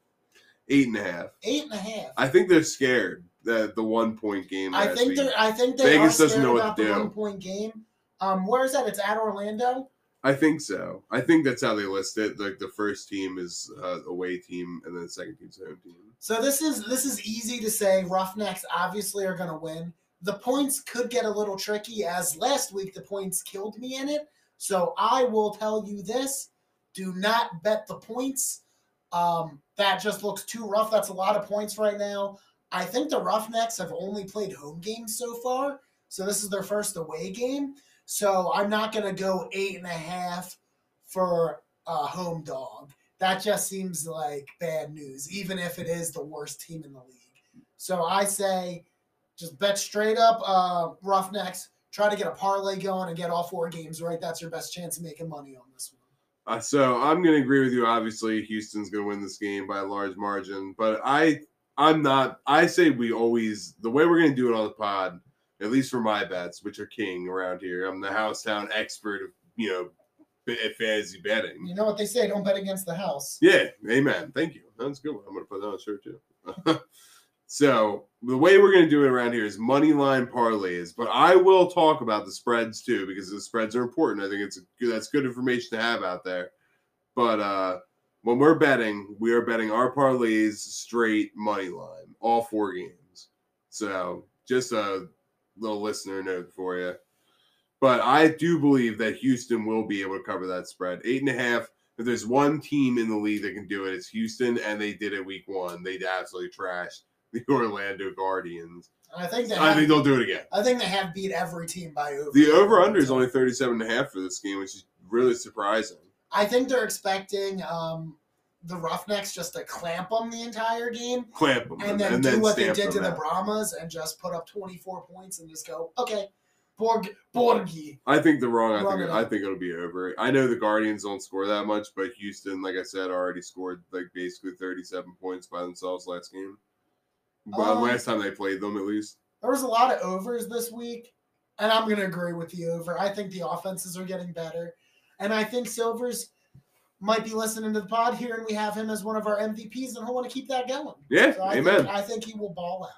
S1: Eight and a half.
S2: eight and a half. I,
S1: I think they're scared that the one point game. last
S2: think
S1: week.
S2: they're. I think they
S1: Vegas
S2: are
S1: doesn't
S2: scared
S1: know what
S2: about
S1: to
S2: the
S1: do.
S2: one point game. Um, where is that? It's at Orlando.
S1: I think so. I think that's how they list it. Like the first team is uh, away team, and then the second team's home team.
S2: So this is this is easy to say. Roughnecks obviously are going to win. The points could get a little tricky, as last week the points killed me in it. So I will tell you this: do not bet the points. Um, that just looks too rough. That's a lot of points right now. I think the Roughnecks have only played home games so far, so this is their first away game. So I'm not going to go eight and a half for a home dog. That just seems like bad news, even if it is the worst team in the league. So I say, just bet straight up uh, Roughnecks. Try to get a parlay going and get all four games right. That's your best chance of making money on this one.
S1: Uh, so I'm going to agree with you. Obviously, Houston's going to win this game by a large margin, but I I'm not. I say we always the way we're going to do it on the pod, at least for my bets, which are king around here. I'm the house town expert of you know b- fantasy betting.
S2: You know what they say? Don't bet against the house.
S1: Yeah, amen. Thank you. That's a good. One. I'm going to put that on a shirt too. <laughs> so the way we're going to do it around here is money line parlays, but I will talk about the spreads too because the spreads are important. I think it's good, that's good information to have out there. But uh, when we're betting, we are betting our parlays straight money line, all four games. So just a little listener note for you. But I do believe that Houston will be able to cover that spread. Eight and a half. If there's one team in the league that can do it, it's Houston, and they did it week one. They absolutely trashed the <laughs> Orlando Guardians.
S2: And I think they. Have,
S1: I think they'll do it again.
S2: I think they have beat every team by over.
S1: The over under is only 37 and a half for this game, which is really surprising.
S2: I think they're expecting um, the Roughnecks just to clamp them the entire game.
S1: Clamp them
S2: and then do what they
S1: stamp
S2: did to
S1: them
S2: the
S1: out.
S2: Brahmas and just put up 24 points and just go, okay, Borg, Borgi.
S1: I think the wrong. I
S2: Wrong
S1: think
S2: it
S1: I
S2: up.
S1: think it'll be over. I know the Guardians don't score that much, but Houston, like I said, already scored like basically 37 points by themselves last game. Well,
S2: Um,
S1: last time they played them, at least.
S2: There was a lot of overs this week, and I'm going to agree with the over. I think the offenses are getting better, and I think Silvers might be listening to the pod here, and we have him as one of our MVPs, and he'll want to keep that going.
S1: Yeah,
S2: So I
S1: amen.
S2: Think, I think he will ball out.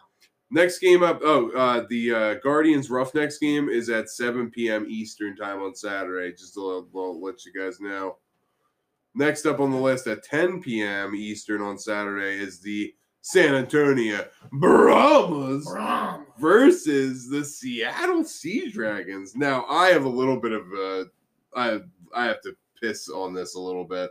S1: Next game up. Oh, uh, the uh, Guardians Roughnecks game is at 7 p.m. Eastern time on Saturday. Just to let, well, let you guys know. Next up on the list at 10 p.m. Eastern on Saturday is the San Antonio Brahmas
S2: Brom.
S1: versus the Seattle Sea Dragons. Now, I have a little bit of uh, I I have to piss on this a little bit.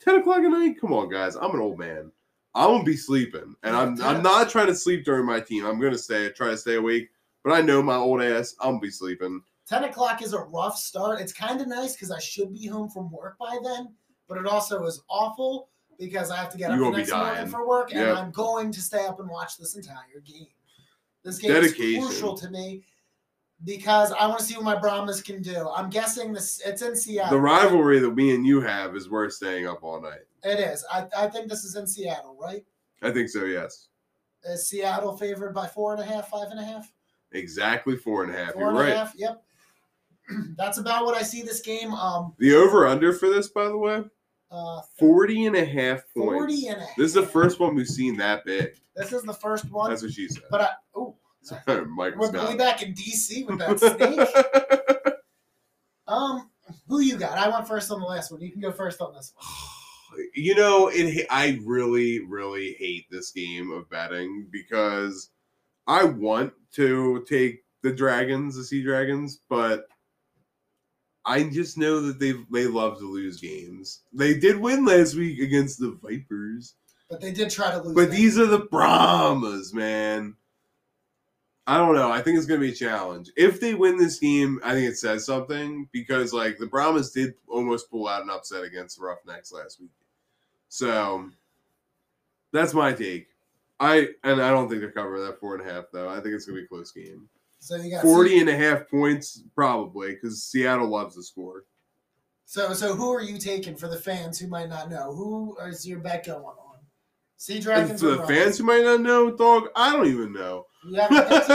S1: Ten o'clock at night. Come on, guys. I'm an old man. I'm gonna be sleeping, and I'm I'm not trying to sleep during my team. I'm gonna stay try to stay awake, but I know my old ass. I'm gonna be sleeping.
S2: 10 o'clock is a rough start. It's kind of nice because I should be home from work by then, but it also is awful because I have to get up
S1: You
S2: the
S1: will be
S2: next morning
S1: dying.
S2: for work and
S1: Yeah.
S2: I'm going to stay up and watch this entire game. This game
S1: Dedication.
S2: is crucial to me because I want to see what my Brahmas can do. I'm guessing this it's in Seattle.
S1: The rivalry that me and you have is worth staying up all night.
S2: It is. I, I think this is in Seattle, right?
S1: I think so. Yes,
S2: Is Seattle favored by four and a half, five and a half?
S1: exactly four and a half.
S2: Four
S1: You're
S2: and a
S1: right.
S2: half, Yep. <clears throat> That's about what I see this game. Um,
S1: The over under for this, by the way,
S2: uh,
S1: 40 and a half points.
S2: 40 and a
S1: This is the
S2: half.
S1: first one we've seen that big.
S2: This is the first one.
S1: That's what she said.
S2: But I,
S1: <laughs>
S2: oh,
S1: Sorry, Michael
S2: we're way
S1: Scott.
S2: back in DC
S1: <laughs>
S2: with that snake. um, who you got? I went first on the last one. You can go first on this one.
S1: you know, it. I really, really hate this game of betting because I want to take the dragons, the sea dragons, but I just know that they they love to lose games. They did win last week against the Vipers.
S2: But they did try to lose.
S1: But
S2: that.
S1: these are the Brahmas, man. I don't know. I think it's going to be a challenge. If they win this game, I think it says something because, like, the Brahmas did almost pull out an upset against the Roughnecks last week. So that's my take. I and I don't think they're covering that four and a half though. I think it's gonna be a close game.
S2: so you got
S1: 40 and a half points probably because Seattle loves to score.
S2: So so who are you taking for the fans who might not know? Who is your bet going on? Sea Dragons
S1: for
S2: or
S1: the
S2: Brahmas?
S1: fans who might not know, dog, I don't even know.
S2: You have a bet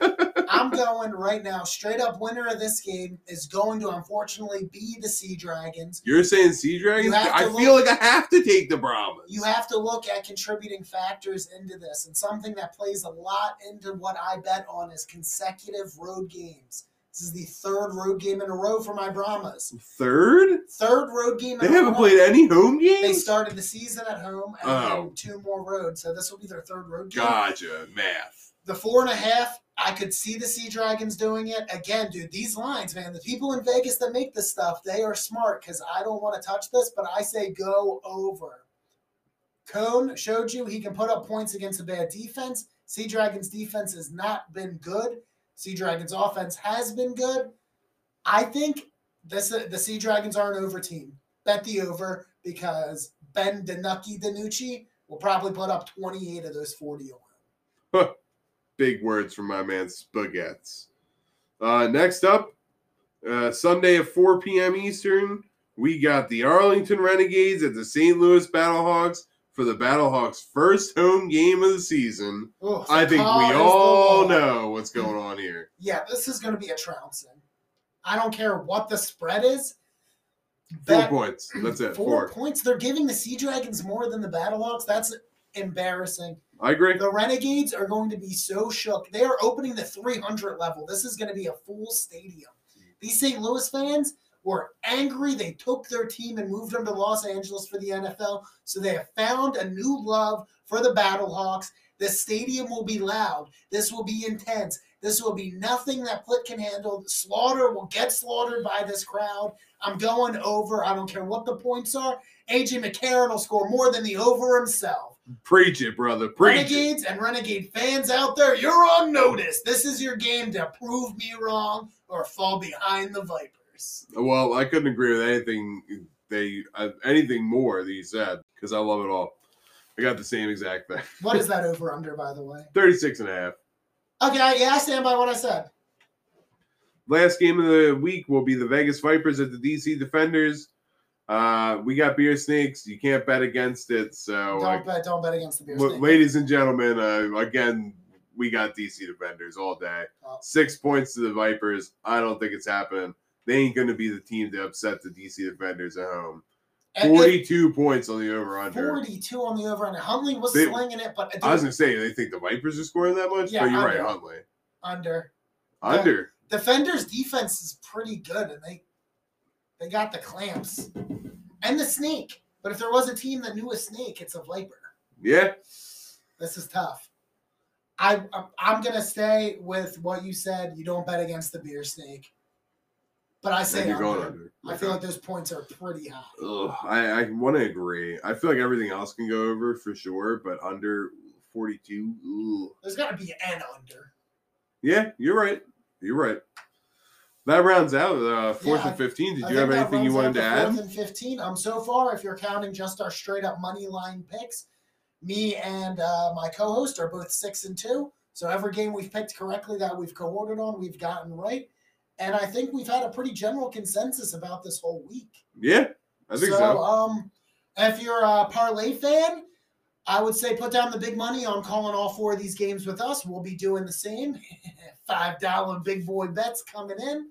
S1: <laughs>
S2: yet? <laughs> I'm going right now. Straight up winner of this game is going to unfortunately be the Sea Dragons.
S1: You're saying Sea Dragons?
S2: have
S1: I
S2: to
S1: feel
S2: look-
S1: like I have to take the Brahmas.
S2: you have to look at contributing factors into this and something that plays a lot into what i bet on is consecutive road games this is the third road game in a row for my brahmas
S1: Third?
S2: third road game in
S1: They
S2: a
S1: haven't
S2: row.
S1: played any home games?
S2: they started the season at home and
S1: Oh.
S2: then two more road so this will be their third road game
S1: Gotcha, math.
S2: the four and a half i could see the sea dragons doing it again dude these lines man the people in vegas that make this stuff they are smart because i don't want to touch this but i say go over cone showed you he can put up points against a bad defense sea dragons defense has not been good sea dragons offense has been good i think this the sea dragons are an over team bet the over because ben denucci denucci will probably put up 28 of those 40 on
S1: Big words from my man Spaghetts. Uh, next up, uh, Sunday at 4 p.m. Eastern, we got the Arlington Renegades at the St. Louis Battlehawks for the Battlehawks' first home game of the season.
S2: Ugh,
S1: I think we
S2: Carl is the
S1: all
S2: law.
S1: know what's going on here.
S2: Yeah, this is going to be a trouncing. I don't care what the spread is.
S1: Four
S2: That-
S1: points. That's it.
S2: Four
S1: Four.
S2: points. They're giving the Sea Dragons more than the Battlehawks. That's embarrassing.
S1: I agree.
S2: The Renegades are going to be so shook. They are opening the 300 level. This is going to be a full stadium. These St. Louis fans were angry. They took their team and moved them to Los Angeles for the NFL. So they have found a new love for the Battlehawks. The stadium will be loud. This will be intense. This will be nothing that Plitt can handle. Slaughter will get slaughtered by this crowd. I'm going over. I don't care what the points are. AJ McCarron will score more than the over himself.
S1: Preach it, brother. Preach it.
S2: Renegades and Renegade fans out there, you're on notice. This is your game to prove me wrong or fall behind the Vipers.
S1: Well, I couldn't agree with anything they uh, anything more that you said because I love it all. I got the same exact thing. <laughs>
S2: What is that over under, by the way?
S1: 36 and a half.
S2: Okay, I, yeah, I stand by what I said.
S1: Last game of the week will be the Vegas Vipers at the DC Defenders. Uh, we got beer snakes. You can't bet against it. So,
S2: don't
S1: uh,
S2: bet, don't bet against the Bears.
S1: w- ladies and gentlemen, uh, again, we got DC Defenders all day.
S2: Oh.
S1: Six points to the Vipers. I don't think it's happening. They ain't going to be the team to upset the DC Defenders at home.
S2: And if-
S1: 42 points on the over under.
S2: 42 on the over under. Huntley was
S1: They-
S2: slinging it, but
S1: I was gonna say they think the Vipers are scoring that much,
S2: Yeah,
S1: but you're
S2: under.
S1: right, Huntley.
S2: under. Yeah.
S1: Under.
S2: Defenders defense is pretty good, and they they got the clamps and the snake. But if there was a team that knew a snake, it's a Viper.
S1: Yeah.
S2: This is tough. I I'm- I'm gonna stay with what you said. You don't bet against the beer snake, but I say
S1: And you're going
S2: under.
S1: under.
S2: I feel
S1: Okay.
S2: like those points are pretty high.
S1: Ugh, I, I want to agree. I feel like everything else can go over for sure, but under 42, ooh.
S2: There's got to be an under.
S1: yeah, you're right. You're right. That rounds out uh, fourth
S2: Yeah,
S1: and 15. Did
S2: I
S1: you
S2: think
S1: have
S2: that
S1: anything you wanted
S2: rounds
S1: to
S2: out the
S1: add?
S2: fourth and 15. Um, so far, if you're counting just our straight up money line picks, me and uh, my co host are both six and two. So every game we've picked correctly that we've cohorted on, we've gotten right. And I think we've had a pretty general consensus about this whole week.
S1: Yeah, I think so.
S2: Um, if you're a parlay fan, I would say put down the big money on calling all four of these games with us. We'll be doing the same. <laughs> Five dollar big boy bets coming in,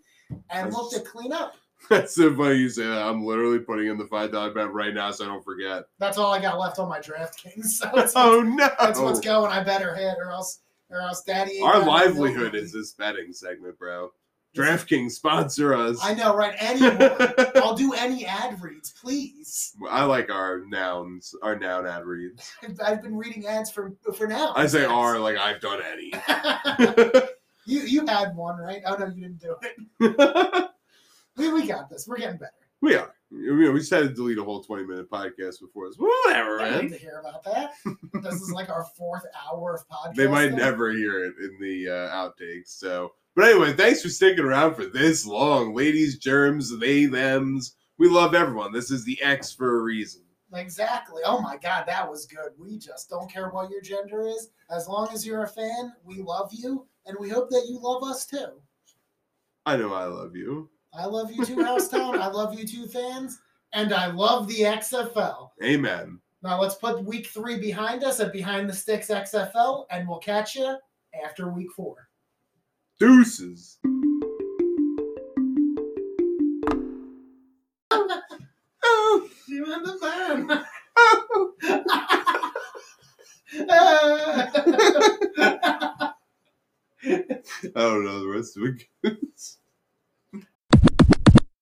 S2: and look to clean up.
S1: <laughs> That's so funny you say that. I'm literally putting in the five dollar bet right now, so I don't forget.
S2: That's all I got left on my DraftKings. <laughs> So that's,
S1: Oh no!
S2: that's what's going. I better hit, or else, or else, Daddy. ain't
S1: Our
S2: got no
S1: livelihood
S2: money.
S1: is this betting segment, bro.
S2: This-
S1: DraftKings sponsor us. <laughs>
S2: I know, right? Anyone. I'll do any ad reads, please. <laughs>
S1: I like our nouns, our noun ad reads.
S2: I've, I've been reading ads for for now.
S1: I say "are" like I've done any.
S2: <laughs> you you had one, right? Oh no, you didn't do it.
S1: <laughs>
S2: We, we got this. We're getting better.
S1: we are. You know, we just had to delete a whole 20 minute podcast before this. Whatever,
S2: I don't need
S1: man.
S2: to hear about that. this is like our fourth hour of podcast.
S1: They might never hear it in the uh, outtakes. So, but anyway, thanks for sticking around for this long, ladies, germs, they, them's. We love everyone. This is the X for a reason.
S2: Exactly. Oh my God, that was good. We just don't care what your gender is. As long as you're a fan, we love you, and we hope that you love us too.
S1: I know I love you.
S2: I love you too, Housetown. I love you too, fans. And I love the XFL.
S1: Amen.
S2: Now let's put week three behind us at Behind the Sticks XFL, and we'll catch you after week four.
S1: Deuces.
S2: You in the van. Ah. <laughs> Eh.
S1: I don't know the rest of it.